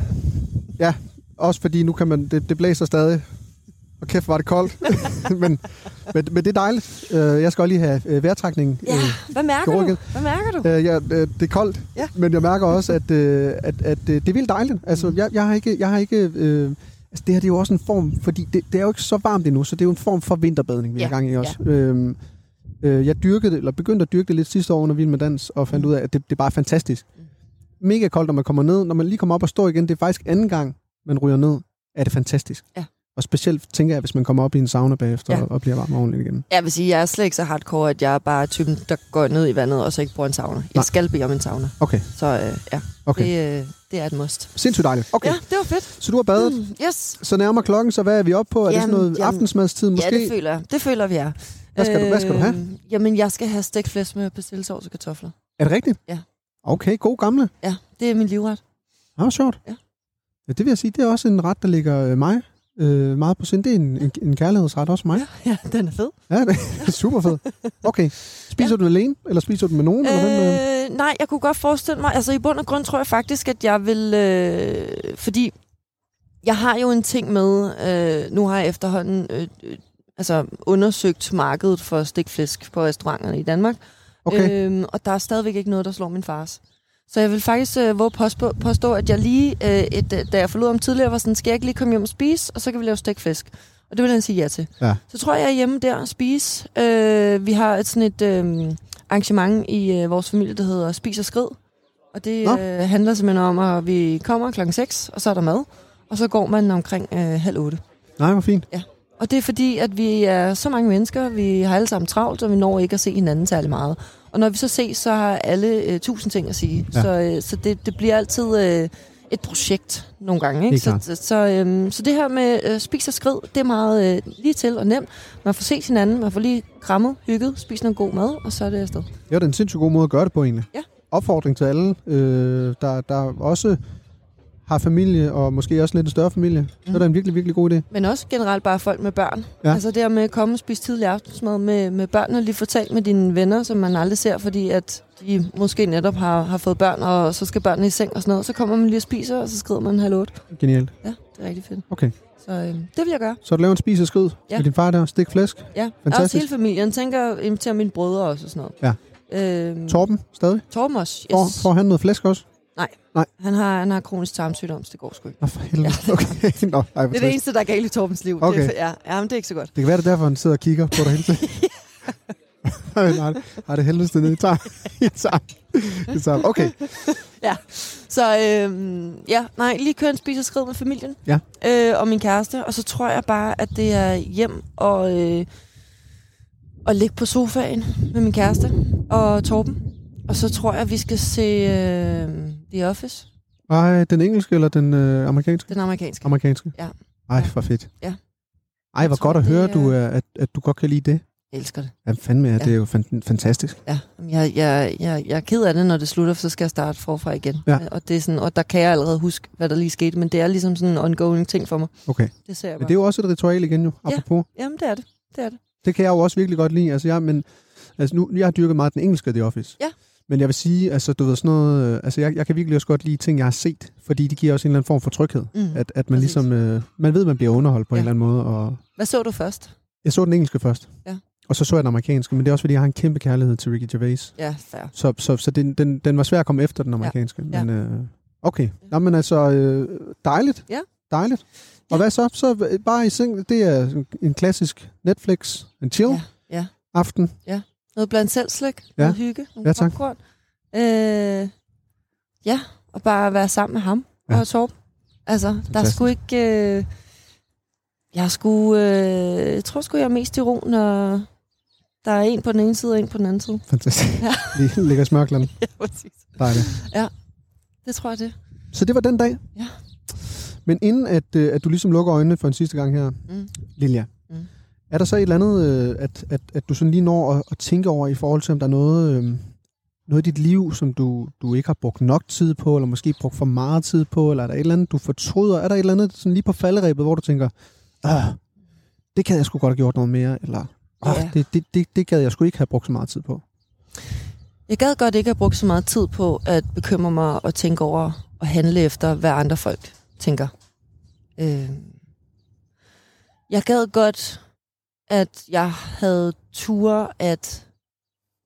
Speaker 1: ja, også fordi nu kan man, det, det blæser stadig. Og kæft, var det koldt. men, men, men det er dejligt. Øh, jeg skal også lige have øh, vejrtrækningen.
Speaker 2: Ja,
Speaker 1: øh,
Speaker 2: hvad mærker
Speaker 1: Jorgen.
Speaker 2: du? Hvad mærker du?
Speaker 1: Øh, ja, øh, det er koldt,
Speaker 2: Ja.
Speaker 1: men jeg mærker også, at, øh, at, at øh, det er vildt dejligt. Altså,
Speaker 2: Mm.
Speaker 1: jeg, jeg har ikke... Jeg har ikke øh, altså, det her det er jo også en form... Fordi det, det er jo ikke så varmt endnu, så det er jo en form for vinterbadning, vi
Speaker 2: Ja,
Speaker 1: har gang i også. Ja. Øhm, øh, jeg dyrkede det, eller begyndte at dyrke det lidt sidste år under Vild med Dans, og fandt
Speaker 2: Mm.
Speaker 1: ud af, at det, det er bare fantastisk. Mega koldt, når man kommer ned. Når man lige kommer op og står igen, det er faktisk anden gang, man ryger ned, er det fantastisk.
Speaker 2: Ja.
Speaker 1: Og specielt tænker jeg, hvis man kommer op i en sauna bagefter
Speaker 2: Ja.
Speaker 1: ja. og bliver varm ordentligt igen.
Speaker 2: Jeg vil sige, jeg er slet ikke så hardcore, at jeg er bare typen, der går ned i vandet og så ikke bruger en sauna. Jeg
Speaker 1: Nej.
Speaker 2: skal bede om en sauna.
Speaker 1: Okay,
Speaker 2: Så øh, ja,
Speaker 1: okay.
Speaker 2: det,
Speaker 1: Det...
Speaker 2: øh, det er et must.
Speaker 1: Sindssygt dejligt. Okay,
Speaker 2: Ja,
Speaker 1: ja.
Speaker 2: det var fedt.
Speaker 1: så du har badet.
Speaker 2: Mm, yes.
Speaker 1: Så nærmer klokken, så hvad er vi oppe på? Er det sådan
Speaker 2: Jamen,
Speaker 1: noget
Speaker 2: jamen.
Speaker 1: aftensmadstid måske?
Speaker 2: Ja, det føler jeg. Det føler vi er.
Speaker 1: Hvad skal du- hvad skal du have?
Speaker 2: Øh, jamen, jeg skal have stegt flæsk med persillesovs og kartofler.
Speaker 1: er det rigtigt?
Speaker 2: Ja.
Speaker 1: Okay, god gamle.
Speaker 2: Ja, det er min livret.
Speaker 1: Ja, hvor sjovt.
Speaker 2: Ja.
Speaker 1: ja. Det vil jeg sige, det er også en ret, der ligger øh, mig øh, meget på sind. Det er en, en, en kærlighedsret også mig.
Speaker 2: Ja, den er fed.
Speaker 1: Ja, det er super fed. Okay, spiser ja. du alene, eller spiser du med nogen? Øh... Eller hvem, øh?
Speaker 2: Øh, nej, jeg kunne godt forestille mig, altså i bund og grund tror jeg faktisk, at jeg vil, øh, fordi jeg har jo en ting med, øh, nu har jeg efterhånden øh, øh, altså undersøgt markedet for stikflæsk på restauranterne i Danmark,
Speaker 1: Okay, øh...
Speaker 2: øhm, og der er stadigvæk ikke noget, der slår min fars. Så jeg vil faktisk øh, våge påstå, påstå, at jeg lige, øh, et, øh, da jeg forlod om tidligere, var sådan, skal jeg ikke lige komme hjem og spise, og så kan vi lave stikflæsk. Og det vil han sige ja til.
Speaker 1: Ja.
Speaker 2: Så tror jeg, jeg er hjemme der og spise. Øh, vi har et sådan et øh, arrangement i øh, vores familie, der hedder Spis og Skrid. Og det
Speaker 1: Nå.
Speaker 2: øh, handler simpelthen om, at vi kommer klokken 6, og så er der mad. Og så går man omkring øh, halv otte.
Speaker 1: nej, hvor fint.
Speaker 2: Og det er fordi, at vi er så mange mennesker, vi har alle sammen travlt, og vi når ikke at se hinanden særlig meget. Og når vi så ses, så har alle øh, tusind ting at sige.
Speaker 1: Ja.
Speaker 2: Ja. Så, øh, så det, det bliver altid øh, et projekt nogle gange. Ikke?
Speaker 1: Helt
Speaker 2: Så,
Speaker 1: klart.
Speaker 2: så, så, øh, så det her med øh, spis og skrid, det er meget øh, lige til og nemt. Man får set hinanden, man får lige krammet, hygget, spist noget god mad, og så er det afsted.
Speaker 1: Det var da en sindssygt god måde at gøre det på egentlig.
Speaker 2: Ja.
Speaker 1: Opfordring til alle, øh, der, der også har familie, og måske også lidt en større familie. Mm.
Speaker 2: Mhm.
Speaker 1: Det var da en virkelig, virkelig god idé.
Speaker 2: Men også generelt bare folk med børn.
Speaker 1: Ja.
Speaker 2: Ja. Altså det her med at komme og spise tidlig aftensmad med, med børnene, lige fortalt med dine venner, som man aldrig ser, fordi at de måske netop har, har fået børn, og så skal børnene i seng og sådan noget. Så kommer man lige og spiser, og så skrider man halv otte.
Speaker 1: Genialt.
Speaker 2: Ja, det er rigtig fedt.
Speaker 1: Okay.
Speaker 2: Så øh, det vil jeg gøre.
Speaker 1: Så du laver en spis og skrid
Speaker 2: Ja.
Speaker 1: med din far der, stik flæsk.
Speaker 2: Ja.
Speaker 1: Fantastisk.
Speaker 2: Også hele familien. Tænker at invitere mine brødre også og sådan noget. Ja. Øhm,
Speaker 1: Mm. Torben, stadig?
Speaker 2: Torben også.
Speaker 1: Får,
Speaker 2: Yes.
Speaker 1: får han noget flæsk også?
Speaker 2: Han, har, han har kronisk tarmsygdom, så det går sgu ikke.
Speaker 1: Nå, for helvede. Okay. Nå, ej,
Speaker 2: Det
Speaker 1: det,
Speaker 2: er det
Speaker 1: det,
Speaker 2: eneste, der er galt i Torbens liv.
Speaker 1: Okay.
Speaker 2: Det er, ja, ja, men det er ikke så godt.
Speaker 1: det kan være, det er derfor, han sidder og kigger på dig hele tiden. Ej, Nej, det- nej, det helvede ned i tarmen. I tarmen. I tarmen. Okay,
Speaker 2: Så øhm, ja, nej, lige køre en spis og skrid med familien.
Speaker 1: Ja.
Speaker 2: Øh, og min kæreste. Og så tror jeg bare, at det er hjem og, øh, og ligge på sofaen med min kæreste og Torben. Og så tror jeg, at vi skal se øh, The Office,
Speaker 1: ej, den engelske eller den øh, amerikanske?
Speaker 2: den amerikanske.
Speaker 1: Amerikanske.
Speaker 2: Ja.
Speaker 1: Ej,
Speaker 2: Ja.
Speaker 1: for fedt.
Speaker 2: Ja.
Speaker 1: Ej, hvor
Speaker 2: Jeg tror,
Speaker 1: godt at
Speaker 2: det
Speaker 1: høre,
Speaker 2: er-
Speaker 1: du, er, at, at du godt kan lide det.
Speaker 2: Jeg elsker det.
Speaker 1: Jamen fandme, ja.
Speaker 2: Ja.
Speaker 1: det er jo fan- fantastisk.
Speaker 2: Ja, Jamen, jeg, jeg, jeg, jeg er ked af det, når det slutter, for så skal jeg starte forfra igen.
Speaker 1: Ja.
Speaker 2: Og, det er sådan, og der kan jeg allerede huske, hvad der lige skete, men det er ligesom sådan en ongoing ting for mig.
Speaker 1: Okay,
Speaker 2: Det ser jeg
Speaker 1: men
Speaker 2: bare.
Speaker 1: det er jo også et ritual igen jo, apropos.
Speaker 2: Jamen, det er det. Det er det.
Speaker 1: Det kan jeg jo også virkelig godt lide. Altså, jeg, men, altså nu, jeg har dyrket meget den engelske The Office.
Speaker 2: Ja.
Speaker 1: Men jeg vil sige, altså, du ved sådan noget, øh, altså, jeg, jeg kan virkelig også godt lide ting, jeg har set, fordi det giver også en eller anden form for tryghed.
Speaker 2: Mm.
Speaker 1: At, at man
Speaker 2: Præcis.
Speaker 1: ligesom, øh, man ved, man bliver underholdt på ja.
Speaker 2: Ja.
Speaker 1: en eller anden måde. Og
Speaker 2: Hvad så du først?
Speaker 1: jeg så den engelske først.
Speaker 2: Ja.
Speaker 1: Og Og så så jeg den amerikanske, men det er også, fordi jeg har en kæmpe kærlighed til Ricky Gervais.
Speaker 2: Ja, fair.
Speaker 1: Så, så, så den, den, den var svær at komme efter, den amerikanske. Ja.
Speaker 2: Ja.
Speaker 1: Men øh, okay. Nå, men altså, øh, dejligt.
Speaker 2: Ja.
Speaker 1: Dejligt. Og
Speaker 2: Ja.
Speaker 1: hvad så? Så øh, bare i seng, det er en klassisk Netflix, en chill
Speaker 2: Ja, ja.
Speaker 1: aften.
Speaker 2: Noget blandt selv slik, ja. noget hygge, nogle
Speaker 1: Ja,
Speaker 2: ja,
Speaker 1: tak.
Speaker 2: popcorn. Øh, ja, og bare være sammen med ham
Speaker 1: Ja.
Speaker 2: ja. og Torben. Altså, Fantastisk. der
Speaker 1: Fantastisk.
Speaker 2: skulle ikke... Øh, jeg skulle... Øh, jeg tror sgu, jeg er mest i ro, når der er en på den ene side og en på den anden side.
Speaker 1: Fantastisk.
Speaker 2: Ja.
Speaker 1: Lige ligger i smørklæden.
Speaker 2: Ja, præcis.
Speaker 1: Dejligt.
Speaker 2: Det tror jeg, det.
Speaker 1: Så det var den dag.
Speaker 2: Ja.
Speaker 1: Men inden at, øh, at du ligesom lukker øjnene for en sidste gang her,
Speaker 2: Mm.
Speaker 1: Lilja, mm.
Speaker 2: Mm.
Speaker 1: er der så et eller andet, øh, at, at, at du sådan lige når at, at tænke over i forhold til, om der er noget, øh, noget i dit liv, som du, du ikke har brugt nok tid på, eller måske brugt for meget tid på, eller er der et eller andet, du fortryder? Er der et eller andet sådan lige på falderæbet, hvor du tænker, "Ah, det kan jeg sgu godt have gjort noget mere, eller "Ah,
Speaker 2: Ja.
Speaker 1: det, det, det, det gad jeg sgu ikke have brugt så meget tid på.
Speaker 2: Jeg gad godt ikke have brugt så meget tid på at bekymre mig og tænke over og handle efter, hvad andre folk tænker. Øh, jeg gad godt, at jeg havde ture at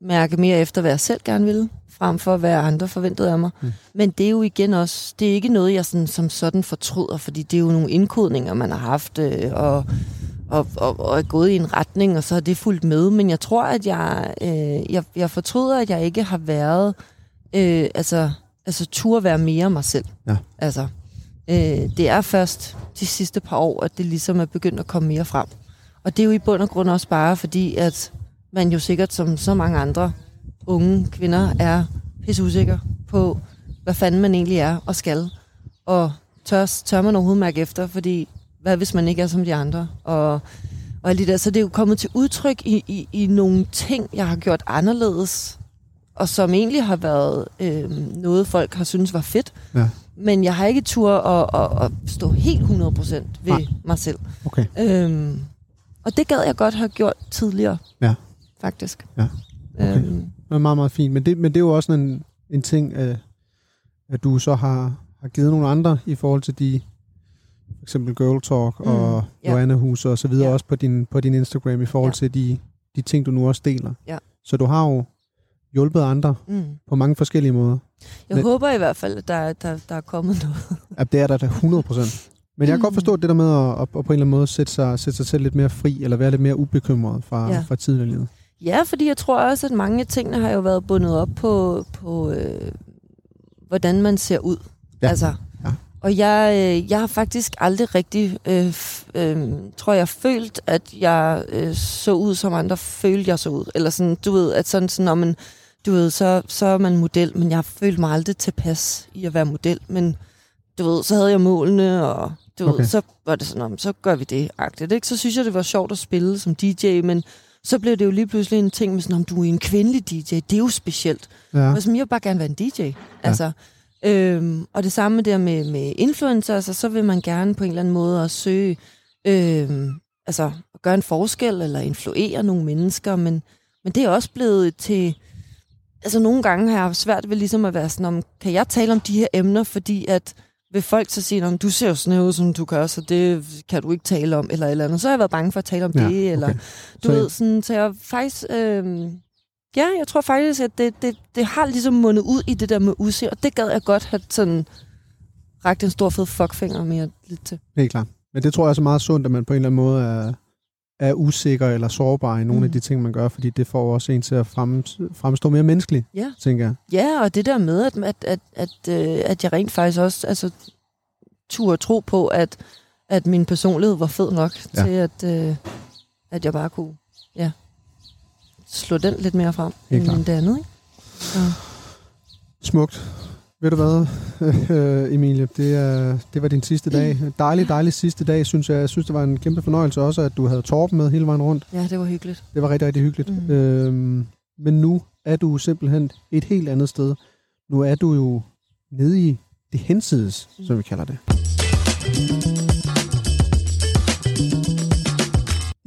Speaker 2: mærke mere efter, hvad jeg selv gerne ville, frem for hvad andre forventede af mig.
Speaker 1: Mm.
Speaker 2: Mm. Men det er jo igen også, det er ikke noget, jeg sådan, som sådan fortryder, fordi det er jo nogle indkodninger, man har haft, øh, og og, og, og er gået i en retning, og så er det fulgt med. Men jeg tror, at jeg, øh, jeg, jeg fortryder, at jeg ikke har været, øh, altså, altså turde være mere mig selv.
Speaker 1: Ja.
Speaker 2: Altså, øh, det er først de sidste par år, at det ligesom er begyndt at komme mere frem. Og det er jo i bund og grund også bare fordi, at man jo sikkert som så mange andre unge kvinder er pisseusikker på, hvad fanden man egentlig er og skal. Og tør, tør man overhovedet mærke efter, fordi hvad hvis man ikke er som de andre? Og, og alt det der. Så det er jo kommet til udtryk i, i, i nogle ting, jeg har gjort anderledes, og som egentlig har været øh, noget, folk har syntes var fedt.
Speaker 1: Ja.
Speaker 2: Men jeg har ikke tur at, at, at stå helt 100% ved
Speaker 1: Nej.
Speaker 2: Nej. mig selv.
Speaker 1: Okay.
Speaker 2: Øhm, og det gad jeg godt have gjort tidligere.
Speaker 1: Ja.
Speaker 2: Faktisk.
Speaker 1: Ja. Okay.
Speaker 2: Øhm,
Speaker 1: Det er meget, meget fint. Men det, men det er jo også sådan en, en ting, øh, at du så har, har givet nogle andre i forhold til de, for eksempel Girl Talk mm,
Speaker 2: Mm,
Speaker 1: og
Speaker 2: ja.
Speaker 1: Joanna Huse og så videre, ja.
Speaker 2: Ja.
Speaker 1: også på din, på din Instagram i forhold ja.
Speaker 2: Ja.
Speaker 1: til de, de ting, du nu også deler.
Speaker 2: Ja.
Speaker 1: Så du har jo hjulpet andre
Speaker 2: mm.
Speaker 1: på mange forskellige måder.
Speaker 2: Jeg
Speaker 1: Men-
Speaker 2: Men... håber i hvert fald, at der, der, der er kommet noget.
Speaker 1: Ja, det er der da 100 procent. Men jeg kan godt forstå det der med at, at, at på en eller anden måde sætte sig, sætte sig selv lidt mere fri, eller være lidt mere ubekymret fra, ja.
Speaker 2: Ja.
Speaker 1: fra tiden i livet.
Speaker 2: Ja, fordi jeg tror også, at mange af tingene har jo været bundet op på, på øh, hvordan man ser ud.
Speaker 1: Ja.
Speaker 2: Altså,
Speaker 1: Ja.
Speaker 2: Og jeg, øh, jeg har faktisk aldrig rigtig, øh, f- øh, tror jeg, følt, at jeg øh, så ud, som andre følte, jeg så ud. Eller sådan, du ved, at sådan, sådan om man, du ved, så, så er man model, men jeg har følt mig aldrig tilpas i at være model. Men du ved, så havde jeg målene, og du
Speaker 1: Okay.
Speaker 2: ved, så var det sådan, om, så gør vi det, agtigt, ikke? Så synes jeg, det var sjovt at spille som DJ, men så blev det jo lige pludselig en ting med sådan, om du er en kvindelig DJ, det er jo specielt.
Speaker 1: Ja.
Speaker 2: Og som jeg vil bare gerne være en DJ. Altså, øhm, og det samme der med, med influencers, og så vil man gerne på en eller anden måde at søge, øhm, altså at gøre en forskel, eller influere nogle mennesker, men, men det er også blevet til, altså nogle gange har jeg haft svært ved ligesom at være sådan, om, kan jeg tale om de her emner, fordi at vil folk så sige, om du ser jo sådan her ud, som du gør, så det kan du ikke tale om, eller et eller andet. Så har jeg været bange for at tale om
Speaker 1: Ja,
Speaker 2: ja, det,
Speaker 1: okay.
Speaker 2: eller du
Speaker 1: Så-
Speaker 2: så, ved, sådan, så jeg faktisk... Øh, ja, jeg tror faktisk, at det, det, det har ligesom mundet ud i det der med udse, og det gad jeg godt have sådan rakt en stor fed fuckfinger mere lidt til.
Speaker 1: Helt klart. Men det tror jeg også er meget sundt, at man på en eller anden måde er, er usikker eller sårbar i nogle mm.
Speaker 2: Mm.
Speaker 1: af de ting, man gør, fordi det får jo også en til at frem, fremstå mere menneskelig,
Speaker 2: Ja.
Speaker 1: tænker jeg.
Speaker 2: Ja, og det der med, at, at, at, at, øh, at jeg rent faktisk også altså, turde tro på, at, at min personlighed var fed nok
Speaker 1: Ja.
Speaker 2: ja. til, at, øh, at jeg bare kunne ja, slå den lidt mere frem
Speaker 1: Helt
Speaker 2: end det andet. Ikke?
Speaker 1: Smukt. Ved du hvad, øh, Emilie, det, er, det var din sidste dag. Dejlig, dejlig sidste dag, synes jeg. Jeg synes, det var en kæmpe fornøjelse også, at du havde Torben med hele vejen rundt.
Speaker 2: Ja, det var hyggeligt.
Speaker 1: Det var rigtig, rigtig hyggeligt. Mm.
Speaker 2: Mm.
Speaker 1: Øhm, men nu er du simpelthen et helt andet sted. Nu er du jo nede i det hensides, mm. som vi kalder det.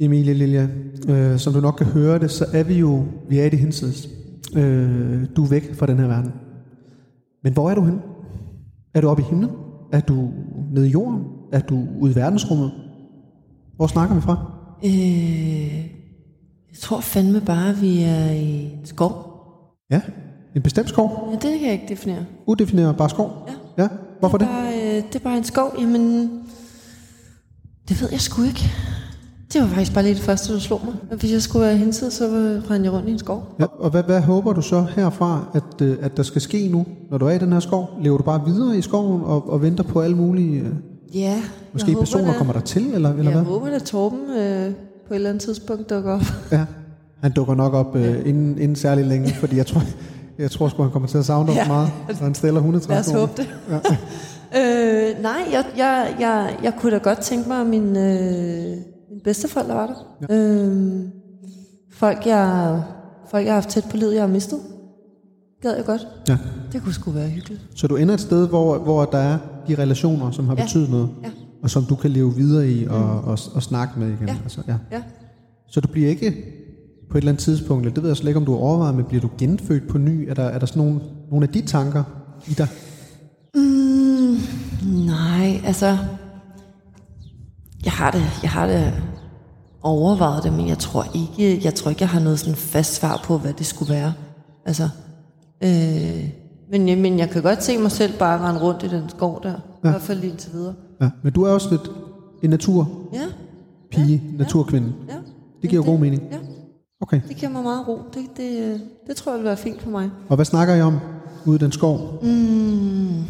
Speaker 1: Emilie Lilja, øh, som du nok kan høre det, så er vi jo vi er i det hensides. Øh, du er væk fra den her verden. Men hvor er du henne? Er du oppe i himlen? Er du nede i jorden? Er du ude i verdensrummet? Hvor snakker vi fra?
Speaker 2: Øh, Jeg tror fandme bare, at vi er i en skov.
Speaker 1: Ja. En bestemt skov.
Speaker 2: Ja, det kan jeg ikke definere.
Speaker 1: Udefinerbar skov. Ja. Hvorfor
Speaker 2: det?
Speaker 1: det?
Speaker 2: er Bare, øh, det er bare en skov. Jamen, det ved jeg sgu ikke. Det var faktisk bare lige det første, du slog mig. Og Hvis jeg skulle være hensid, så øh, rendte jeg rundt i en skov.
Speaker 1: Ja, og hvad, hvad håber du så herfra, at, øh, at der skal ske nu, når du er i den her skov? Lever du bare videre i skoven og, og venter på alle mulige, øh,
Speaker 2: Ja,
Speaker 1: måske
Speaker 2: jeg
Speaker 1: personer
Speaker 2: håber,
Speaker 1: kommer der til, eller, eller
Speaker 2: Jeg
Speaker 1: hvad?
Speaker 2: håber, at Torben øh, på et eller andet tidspunkt dukker op.
Speaker 1: Ja, han dukker nok op øh, inden, inden særlig længe, fordi jeg tror, jeg tror sgu, han kommer til at savne dig ja.
Speaker 2: Ja.
Speaker 1: meget, så han stiller
Speaker 2: Lad os
Speaker 1: 130
Speaker 2: håbe det. øh, nej, jeg, jeg, jeg, jeg kunne da godt tænke mig, at min, øh, min bedsteforældre var der. Ja. Øh, folk, jeg, folk, jeg har haft tæt på livet, jeg har mistet. Gad jeg godt.
Speaker 1: Ja.
Speaker 2: Det kunne sgu være hyggeligt.
Speaker 1: Så du ender et sted, hvor, hvor der er de relationer, som har ja. betydet noget,
Speaker 2: Ja. Mm.
Speaker 1: og som du kan leve videre i og, og, og snakke med igen.
Speaker 2: Ja.
Speaker 1: Altså, ja.
Speaker 2: Ja.
Speaker 1: Så du bliver ikke på et eller andet tidspunkt, eller det ved jeg slet ikke, om du overvejer, men bliver du genfødt på ny? Er der, er der sådan nogle, nogle af de tanker i dig?
Speaker 2: Mm, nej, altså... Jeg har det, jeg har det overvejet det, men jeg tror ikke, jeg tror ikke, jeg har noget sådan fast svar på, hvad det skulle være. Altså, øh, men, men jeg kan godt se mig selv bare rende rundt i den skov der. Ja. I hvert fald lige indtil videre.
Speaker 1: Ja. Men du er også lidt en naturpige,
Speaker 2: Ja,
Speaker 1: ja. naturkvinde.
Speaker 2: ja.
Speaker 1: Det giver jo god mening.
Speaker 2: Ja,
Speaker 1: Okay.
Speaker 2: det giver mig meget ro. Det, det, øh, det tror jeg vil være fint for mig.
Speaker 1: Og hvad snakker I om ude i den skov?
Speaker 2: Mm.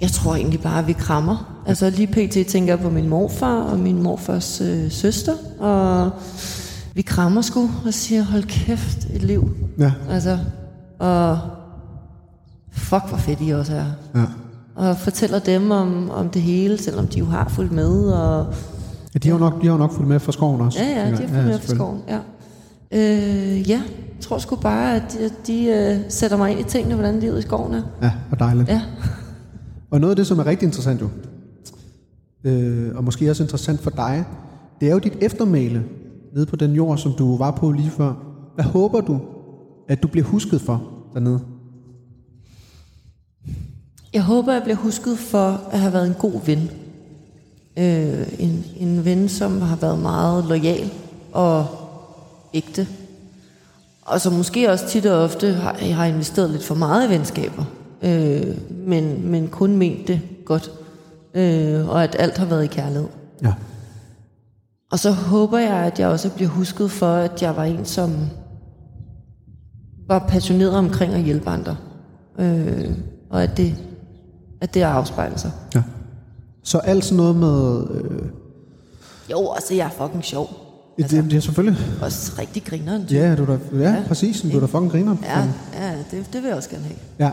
Speaker 2: Jeg tror egentlig bare, at vi krammer. Altså lige pt. tænker jeg på min morfar og min morfars øh, søster, og vi krammer sgu og siger, hold kæft, et liv.
Speaker 1: Ja.
Speaker 2: Altså, og fuck, hvor fedt I også er.
Speaker 1: ja.
Speaker 2: Og fortæller dem om, om det hele, selvom de jo har fulgt med, og
Speaker 1: Ja, de har jo nok, de har jo nok fulgt med fra skoven også.
Speaker 2: Ja, ja, de
Speaker 1: tænker
Speaker 2: har
Speaker 1: jeg.
Speaker 2: fundet ja, for
Speaker 1: selvfølgelig.
Speaker 2: skoven. Ja. Øh, ja, jeg tror sgu bare, at de, at de øh, sætter mig ind i tingene, hvordan livet i skoven er.
Speaker 1: Ja, og dejligt. Ja.
Speaker 2: Ja,
Speaker 1: Og noget af det, som er rigtig interessant jo, øh, og måske også interessant for dig, det er jo dit eftermæle nede på den jord, som du var på lige før. Hvad håber du, at du bliver husket for dernede?
Speaker 2: Jeg håber, jeg bliver husket for at have været en god ven. Øh, en, en ven, som har været meget lojal og ægte. Og som måske også tit og ofte har, har investeret lidt for meget i venskaber. Øh, men, men kun ment det godt. Øh, og at alt har været i kærlighed.
Speaker 1: Ja.
Speaker 2: Og så håber jeg, at jeg også bliver husket for, at jeg var en, som var passioneret omkring at hjælpe andre. Øh, og at det, at det afspejler sig.
Speaker 1: ja. Så alt sådan noget med... Øh,
Speaker 2: Jo, altså jeg er fucking sjov.
Speaker 1: altså, det, det er selvfølgelig...
Speaker 2: Også rigtig grineren.
Speaker 1: Ja, du er da, ja, ja, præcis. Du er da fucking griner.
Speaker 2: ja, ja det, det vil jeg også gerne have.
Speaker 1: Ja.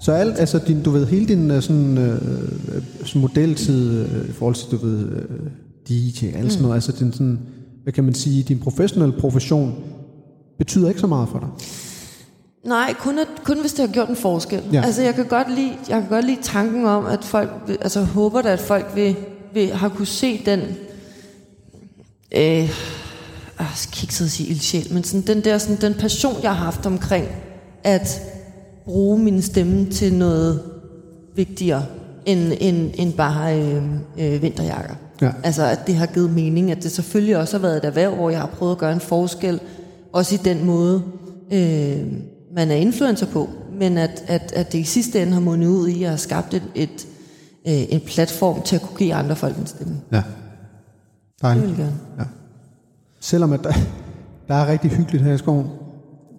Speaker 1: Så alt, altså din, du ved, hele din øh, sådan, øh, øh, sådan modeltid øh, i forhold til, du ved, øh, DJ, alt sådan noget, altså din sådan, hvad kan man sige, din professionelle profession, betyder ikke så meget for dig.
Speaker 2: Nej, kun, at, kun hvis det har gjort en forskel.
Speaker 1: Ja.
Speaker 2: Ja. Altså, jeg kan, godt lide, jeg kan godt lide tanken om, at folk, vil- altså jeg håber da, at folk vil, vil har kunne se den, øh, ah, jeg skal ikke sidde og sige ildsjæl, men sådan den der, sådan den passion, jeg har haft omkring, at bruge min stemme til noget vigtigere, end, end, end bare øh, øh, vinterjakker.
Speaker 1: Ja.
Speaker 2: Altså, at det har givet mening, at det selvfølgelig også har været et erhverv, hvor jeg har prøvet at gøre en forskel, også i den måde, øh, man er influencer på, men at, at, at det i sidste ende har mundet ud i, at jeg har skabt et, et, øh, en platform til at kunne give andre folk en stemme.
Speaker 1: Ja.
Speaker 2: Det
Speaker 1: Dejligt.
Speaker 2: vil jeg gerne.
Speaker 1: Ja. Selvom at der, der er rigtig hyggeligt her i skoven,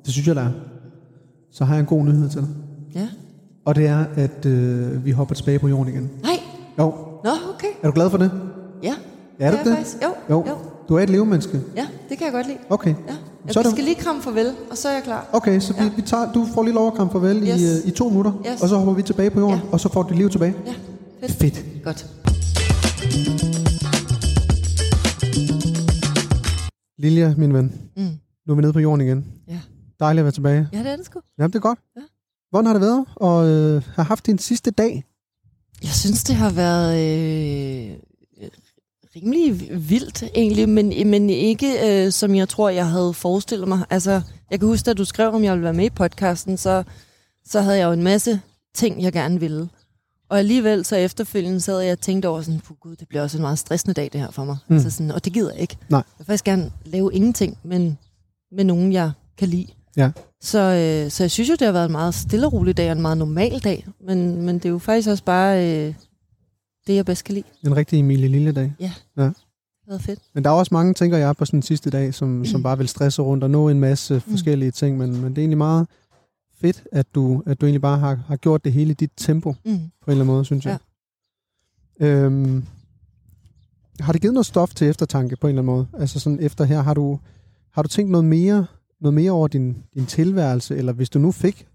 Speaker 1: det synes jeg, der er, så har jeg en god nyhed til dig.
Speaker 2: Ja.
Speaker 1: Og det er, at øh, vi hopper tilbage på jorden igen.
Speaker 2: Nej.
Speaker 1: Jo.
Speaker 2: Nå, okay.
Speaker 1: Er du glad for det?
Speaker 2: Ja.
Speaker 1: Er du
Speaker 2: jeg
Speaker 1: det?
Speaker 2: Faktisk. Jo,
Speaker 1: Jo. jo. Du er et levemenneske.
Speaker 2: Ja, det kan jeg godt lide.
Speaker 1: Okay.
Speaker 2: Ja. Jeg
Speaker 1: Så er det-
Speaker 2: skal lige kramme farvel, og så er jeg klar.
Speaker 1: Okay, så vi, ja. vi tager, du får lige lov at kramme farvel yes.
Speaker 2: Yes.
Speaker 1: i, øh, i to minutter,
Speaker 2: Yes.
Speaker 1: og så hopper vi tilbage på jorden, ja.
Speaker 2: Ja.
Speaker 1: og så får du dit liv tilbage.
Speaker 2: Ja, fedt.
Speaker 1: Fedt.
Speaker 2: Godt.
Speaker 1: Lilja, min ven,
Speaker 2: Mm.
Speaker 1: nu er vi nede på jorden igen.
Speaker 2: Ja.
Speaker 1: Dejligt at være tilbage.
Speaker 2: ja, det er det sgu.
Speaker 1: Jamen, det er godt.
Speaker 2: Ja.
Speaker 1: Hvordan har det været og øh, har haft din sidste dag?
Speaker 2: Jeg synes, det har været øh, rimelig vildt egentlig, men, men ikke øh, som jeg tror, jeg havde forestillet mig. Altså, jeg kan huske, da du skrev, om jeg ville være med i podcasten, så, så havde jeg jo en masse ting, jeg gerne ville. Og alligevel så efterfølgende sad jeg og tænkte over sådan, "Puh, gud, det bliver også en meget stressende dag det her for mig. Mm. Altså sådan, og det gider jeg ikke.
Speaker 1: Nej.
Speaker 2: Jeg vil faktisk gerne lave ingenting, men med nogen, jeg kan lide.
Speaker 1: Ja.
Speaker 2: Så, øh, så jeg synes jo, det har været en meget stille og rolig dag, og en meget normal dag. Men, men det er jo faktisk også bare øh, det, jeg bedst kan lide. Det
Speaker 1: En rigtig Emilie Lille dag.
Speaker 2: har været fedt.
Speaker 1: Men der er også mange, tænker jeg, på sådan en sidste dag, som, som bare vil stresse rundt og nå en
Speaker 2: Mm.
Speaker 1: masse forskellige ting. Men, men det er egentlig meget fedt, at du, at du egentlig bare har, har gjort det hele i dit tempo,
Speaker 2: Mm.
Speaker 1: på en eller anden måde, synes jeg. Ja. Øhm, har det givet noget stof til eftertanke, på en eller anden måde? Altså sådan efter her, har du, har du tænkt noget mere, noget mere over din, din tilværelse? Eller hvis du nu fik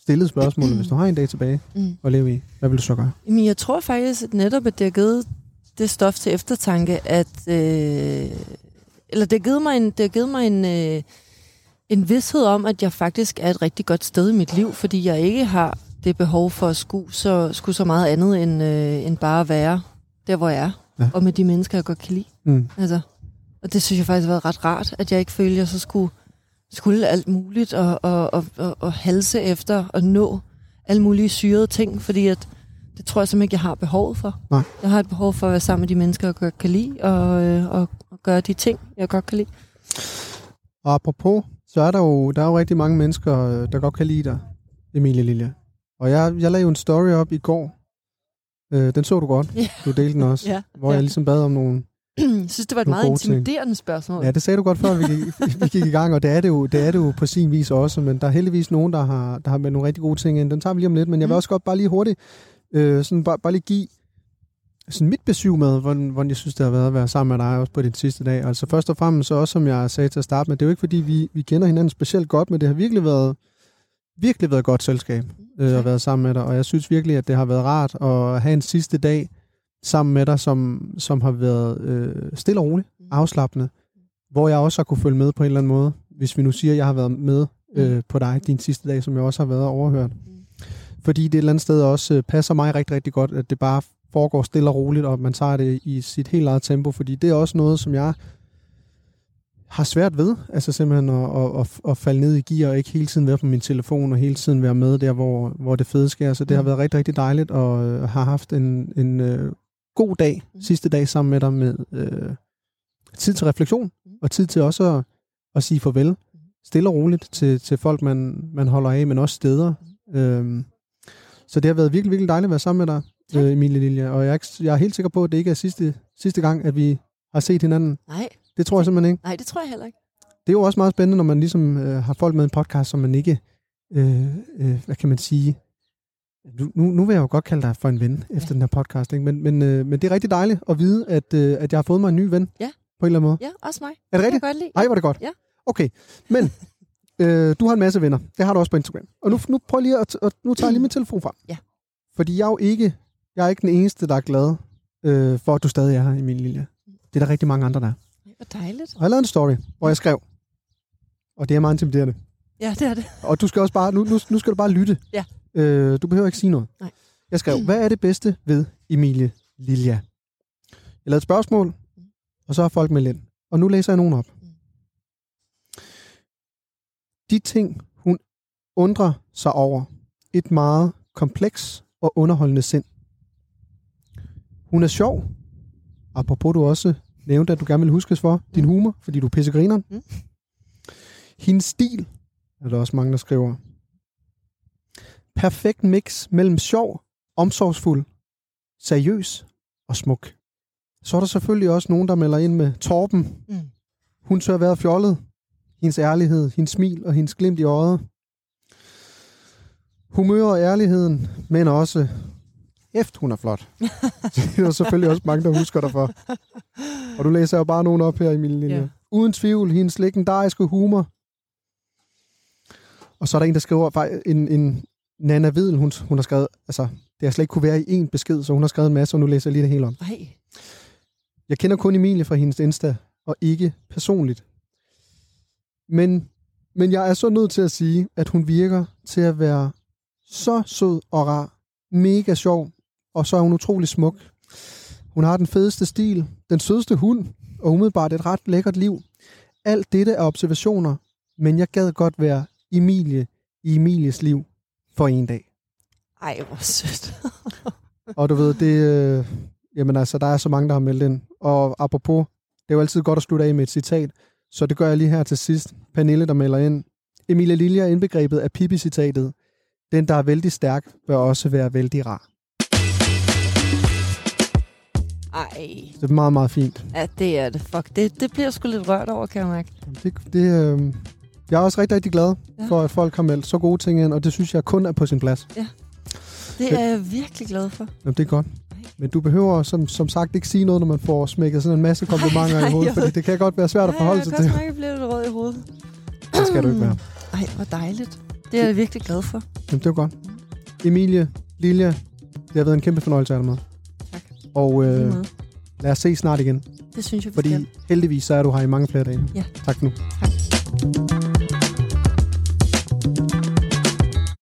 Speaker 1: stillet spørgsmålet, hvis du har en dag tilbage
Speaker 2: Mm.
Speaker 1: at leve i, hvad vil du så gøre?
Speaker 2: Jamen, jeg tror faktisk at netop, at det har givet det stof til eftertanke, at... Øh, eller det har givet mig en, det har givet mig en, øh, en vidshed om, at jeg faktisk er et rigtig godt sted i mit liv, fordi jeg ikke har det behov for at skulle så, skulle så meget andet end, øh, end bare at være der, hvor jeg er,
Speaker 1: Ja.
Speaker 2: ja. og med de mennesker, jeg godt kan lide.
Speaker 1: Mm.
Speaker 2: Altså, og det synes jeg faktisk har været ret rart, at jeg ikke følte, at jeg så skulle, skulle alt muligt og, og, og, og, og halse efter og nå alle mulige syrede ting, fordi at, det tror jeg simpelthen ikke, jeg har behov for.
Speaker 1: Nej.
Speaker 2: Jeg har et behov for at være sammen med de mennesker, jeg godt kan lide, og, øh, og, og gøre de ting, jeg godt kan lide.
Speaker 1: Og apropos, så er der jo, der er jo rigtig mange mennesker, øh, der godt kan lide dig, Emilie Lilja. Og jeg, jeg lagde jo en story op i går. Øh, den så du godt.
Speaker 2: Ja.
Speaker 1: Du delte den også.
Speaker 2: Ja.
Speaker 1: Hvor jeg ligesom bad om nogle...
Speaker 2: Mm, Jeg synes, det var et
Speaker 1: Nogle
Speaker 2: meget
Speaker 1: gode ting.
Speaker 2: intimiderende spørgsmål.
Speaker 1: Ja, det sagde du godt før, vi gik, vi gik i gang, og det er det, jo, det er det jo på sin vis også. Men der er heldigvis nogen, der har, der har med nogle rigtig gode ting ind. Den tager vi lige om lidt, men jeg vil
Speaker 2: Mm.
Speaker 1: også godt bare lige hurtigt øh, sådan bare, bare lige give sådan mit besøg med, hvordan, hvordan jeg synes, det har været at være sammen med dig også på din sidste dag. Altså først og fremmest, så også som jeg sagde til at starte med, det er jo ikke fordi, vi, vi kender hinanden specielt godt, men det har virkelig været, virkelig været godt selskab øh, at være sammen med dig, og jeg synes virkelig, at det har været rart at have en sidste dag sammen med dig, som, som har været øh, stille og rolig, afslappende, hvor jeg også har kunne følge med på en eller anden måde, hvis vi nu siger, at jeg har været med øh, på dig din sidste dag, som jeg også har været og overhørt. Fordi det et eller andet sted også øh, passer mig rigtig, rigtig godt, at det bare foregår stille og roligt, og man tager det i sit helt eget tempo, fordi det er også noget, som jeg har svært ved, altså simpelthen at, at, at, at falde ned i gear og ikke hele tiden være på min telefon og hele tiden være med der, hvor, hvor det fede sker. Så det har været rigtig, rigtig dejligt og øh, har haft en, en øh, god dag,
Speaker 2: Mm.
Speaker 1: sidste dag sammen med dig med øh, tid til refleksion
Speaker 2: Mm.
Speaker 1: og tid til også at, at sige farvel stille og roligt til, til folk, man, man holder af, men også steder. Øhm, så det har været virkelig, virkelig dejligt at være sammen med dig,
Speaker 2: Tak.
Speaker 1: øh, Emilie Lilja. Og jeg er, ikke- jeg er helt sikker på, at det ikke er sidste, sidste gang, at vi har set hinanden.
Speaker 2: Nej,
Speaker 1: Det tror jeg simpelthen ikke.
Speaker 2: nej, det tror jeg heller ikke.
Speaker 1: Det er jo også meget spændende, når man ligesom øh, har folk med i en podcast, som man ikke, øh, øh, hvad kan man sige, nu, nu, nu vil jeg jo godt kalde dig for en ven efter
Speaker 2: Ja.
Speaker 1: den her podcast, ikke? Men, men, øh, men det er rigtig dejligt at vide, at, øh, at jeg har fået mig en ny ven
Speaker 2: Ja.
Speaker 1: på en eller anden måde.
Speaker 2: Ja, også mig.
Speaker 1: Er det
Speaker 2: Det kan jeg
Speaker 1: rigtigt?
Speaker 2: godt lide.
Speaker 1: Ej, var det godt.
Speaker 2: Ja.
Speaker 1: Okay, men øh, du har en masse venner. Det har du også på Instagram. Og nu, nu prøv lige at, at nu tager jeg lige min telefon frem.
Speaker 2: Ja.
Speaker 1: Fordi jeg er jo ikke, jeg er ikke den eneste, der er glad øh, for, at du stadig er her, Emil Lilje. Det er der rigtig mange andre, der er.
Speaker 2: Ej, Hvor dejligt.
Speaker 1: Og jeg lavede en story, hvor jeg skrev, og det er meget intimiderende.
Speaker 2: Ja, det er det.
Speaker 1: Og du skal også bare, nu, nu, nu skal du bare lytte.
Speaker 2: Ja.
Speaker 1: Øh, du behøver ikke sige noget.
Speaker 2: Nej.
Speaker 1: Jeg skrev, hvad er det bedste ved Emilie Lilja? Jeg lavede et spørgsmål, og så har folk meldt ind. Og nu læser jeg nogen op. De ting, hun undrer sig over. Et meget kompleks og underholdende sind. Hun er sjov. Apropos du også nævnte, at du gerne vil huskes for din humor, fordi du er pissegrineren.
Speaker 2: Mm.
Speaker 1: Hendes stil er der også mange, der skriver. Perfekt mix mellem sjov, omsorgsfuld, seriøs og smuk. Så er der selvfølgelig også nogen, der melder ind med Torben.
Speaker 2: Mm.
Speaker 1: Hun tør være fjollet. Hendes ærlighed, hendes smil og hendes glimt i øjet. Humør og ærligheden, men også Hæft, hun er flot. det er der selvfølgelig også mange, der husker dig for. Og du læser jo bare nogen op her, Emilie. Lilja.
Speaker 2: Ja.
Speaker 1: Uden tvivl, hendes legendariske humor. Og så er der en, der skriver, fej- en, en Nana Vedel, hun, hun har skrevet, altså, det har slet ikke kunne være i én besked, så hun har skrevet en masse, og nu læser jeg lige det hele om.
Speaker 2: Ej,
Speaker 1: Jeg kender kun Emilie fra hendes Insta, og ikke personligt. Men, men jeg er så nødt til at sige, at hun virker til at være så sød og rar, mega sjov, og så er hun utrolig smuk. Hun har den fedeste stil, den sødeste hund, og umiddelbart et ret lækkert liv. Alt dette er observationer, men jeg gad godt være Emilie i Emilies liv for en dag.
Speaker 2: Ej, hvor sødt.
Speaker 1: Og du ved, det, øh, jamen altså, der er så mange, der har meldt ind. Og apropos, det er jo altid godt at slutte af med et citat, så det gør jeg lige her til sidst. Pernille, der melder ind. Emilia Lilja er indbegrebet af Pippi-citatet. Den, der er vældig stærk, bør også være vældig rar.
Speaker 2: Ej,
Speaker 1: Det er meget, meget fint.
Speaker 2: ja, det er det. Fuck, det, det bliver jeg sgu lidt rørt over, kan jeg mærke.
Speaker 1: Det, det, øh, jeg er også rigtig, rigtig glad
Speaker 2: Ja.
Speaker 1: for, at folk har meldt så gode ting ind, og det synes jeg kun er på sin plads.
Speaker 2: Det er jeg virkelig glad for.
Speaker 1: Jamen, det er godt. Men du behøver som, som sagt ikke sige noget, når man får smækket sådan en masse komplimenter
Speaker 2: nej,
Speaker 1: i hovedet,
Speaker 2: jeg
Speaker 1: fordi
Speaker 2: ved-
Speaker 1: det kan godt være svært at forholde sig
Speaker 2: Ja,
Speaker 1: til.
Speaker 2: jeg kan også mærke, at jeg bliver lidt rød i hovedet.
Speaker 1: Det skal du ikke være.
Speaker 2: Ej, hvor dejligt. Det er jeg virkelig glad for.
Speaker 1: Jamen, det var godt. Emilie, Lilja, det har været en kæmpe fornøjelse at have dig med.
Speaker 2: Tak.
Speaker 1: Og
Speaker 2: Lige
Speaker 1: øh,
Speaker 2: meget.
Speaker 1: lad os se snart igen,
Speaker 2: Det synes jeg, vi
Speaker 1: fordi
Speaker 2: skal.
Speaker 1: heldigvis så er du her i mange flere dage.
Speaker 2: Ja.
Speaker 1: Tak for nu.
Speaker 2: Tak.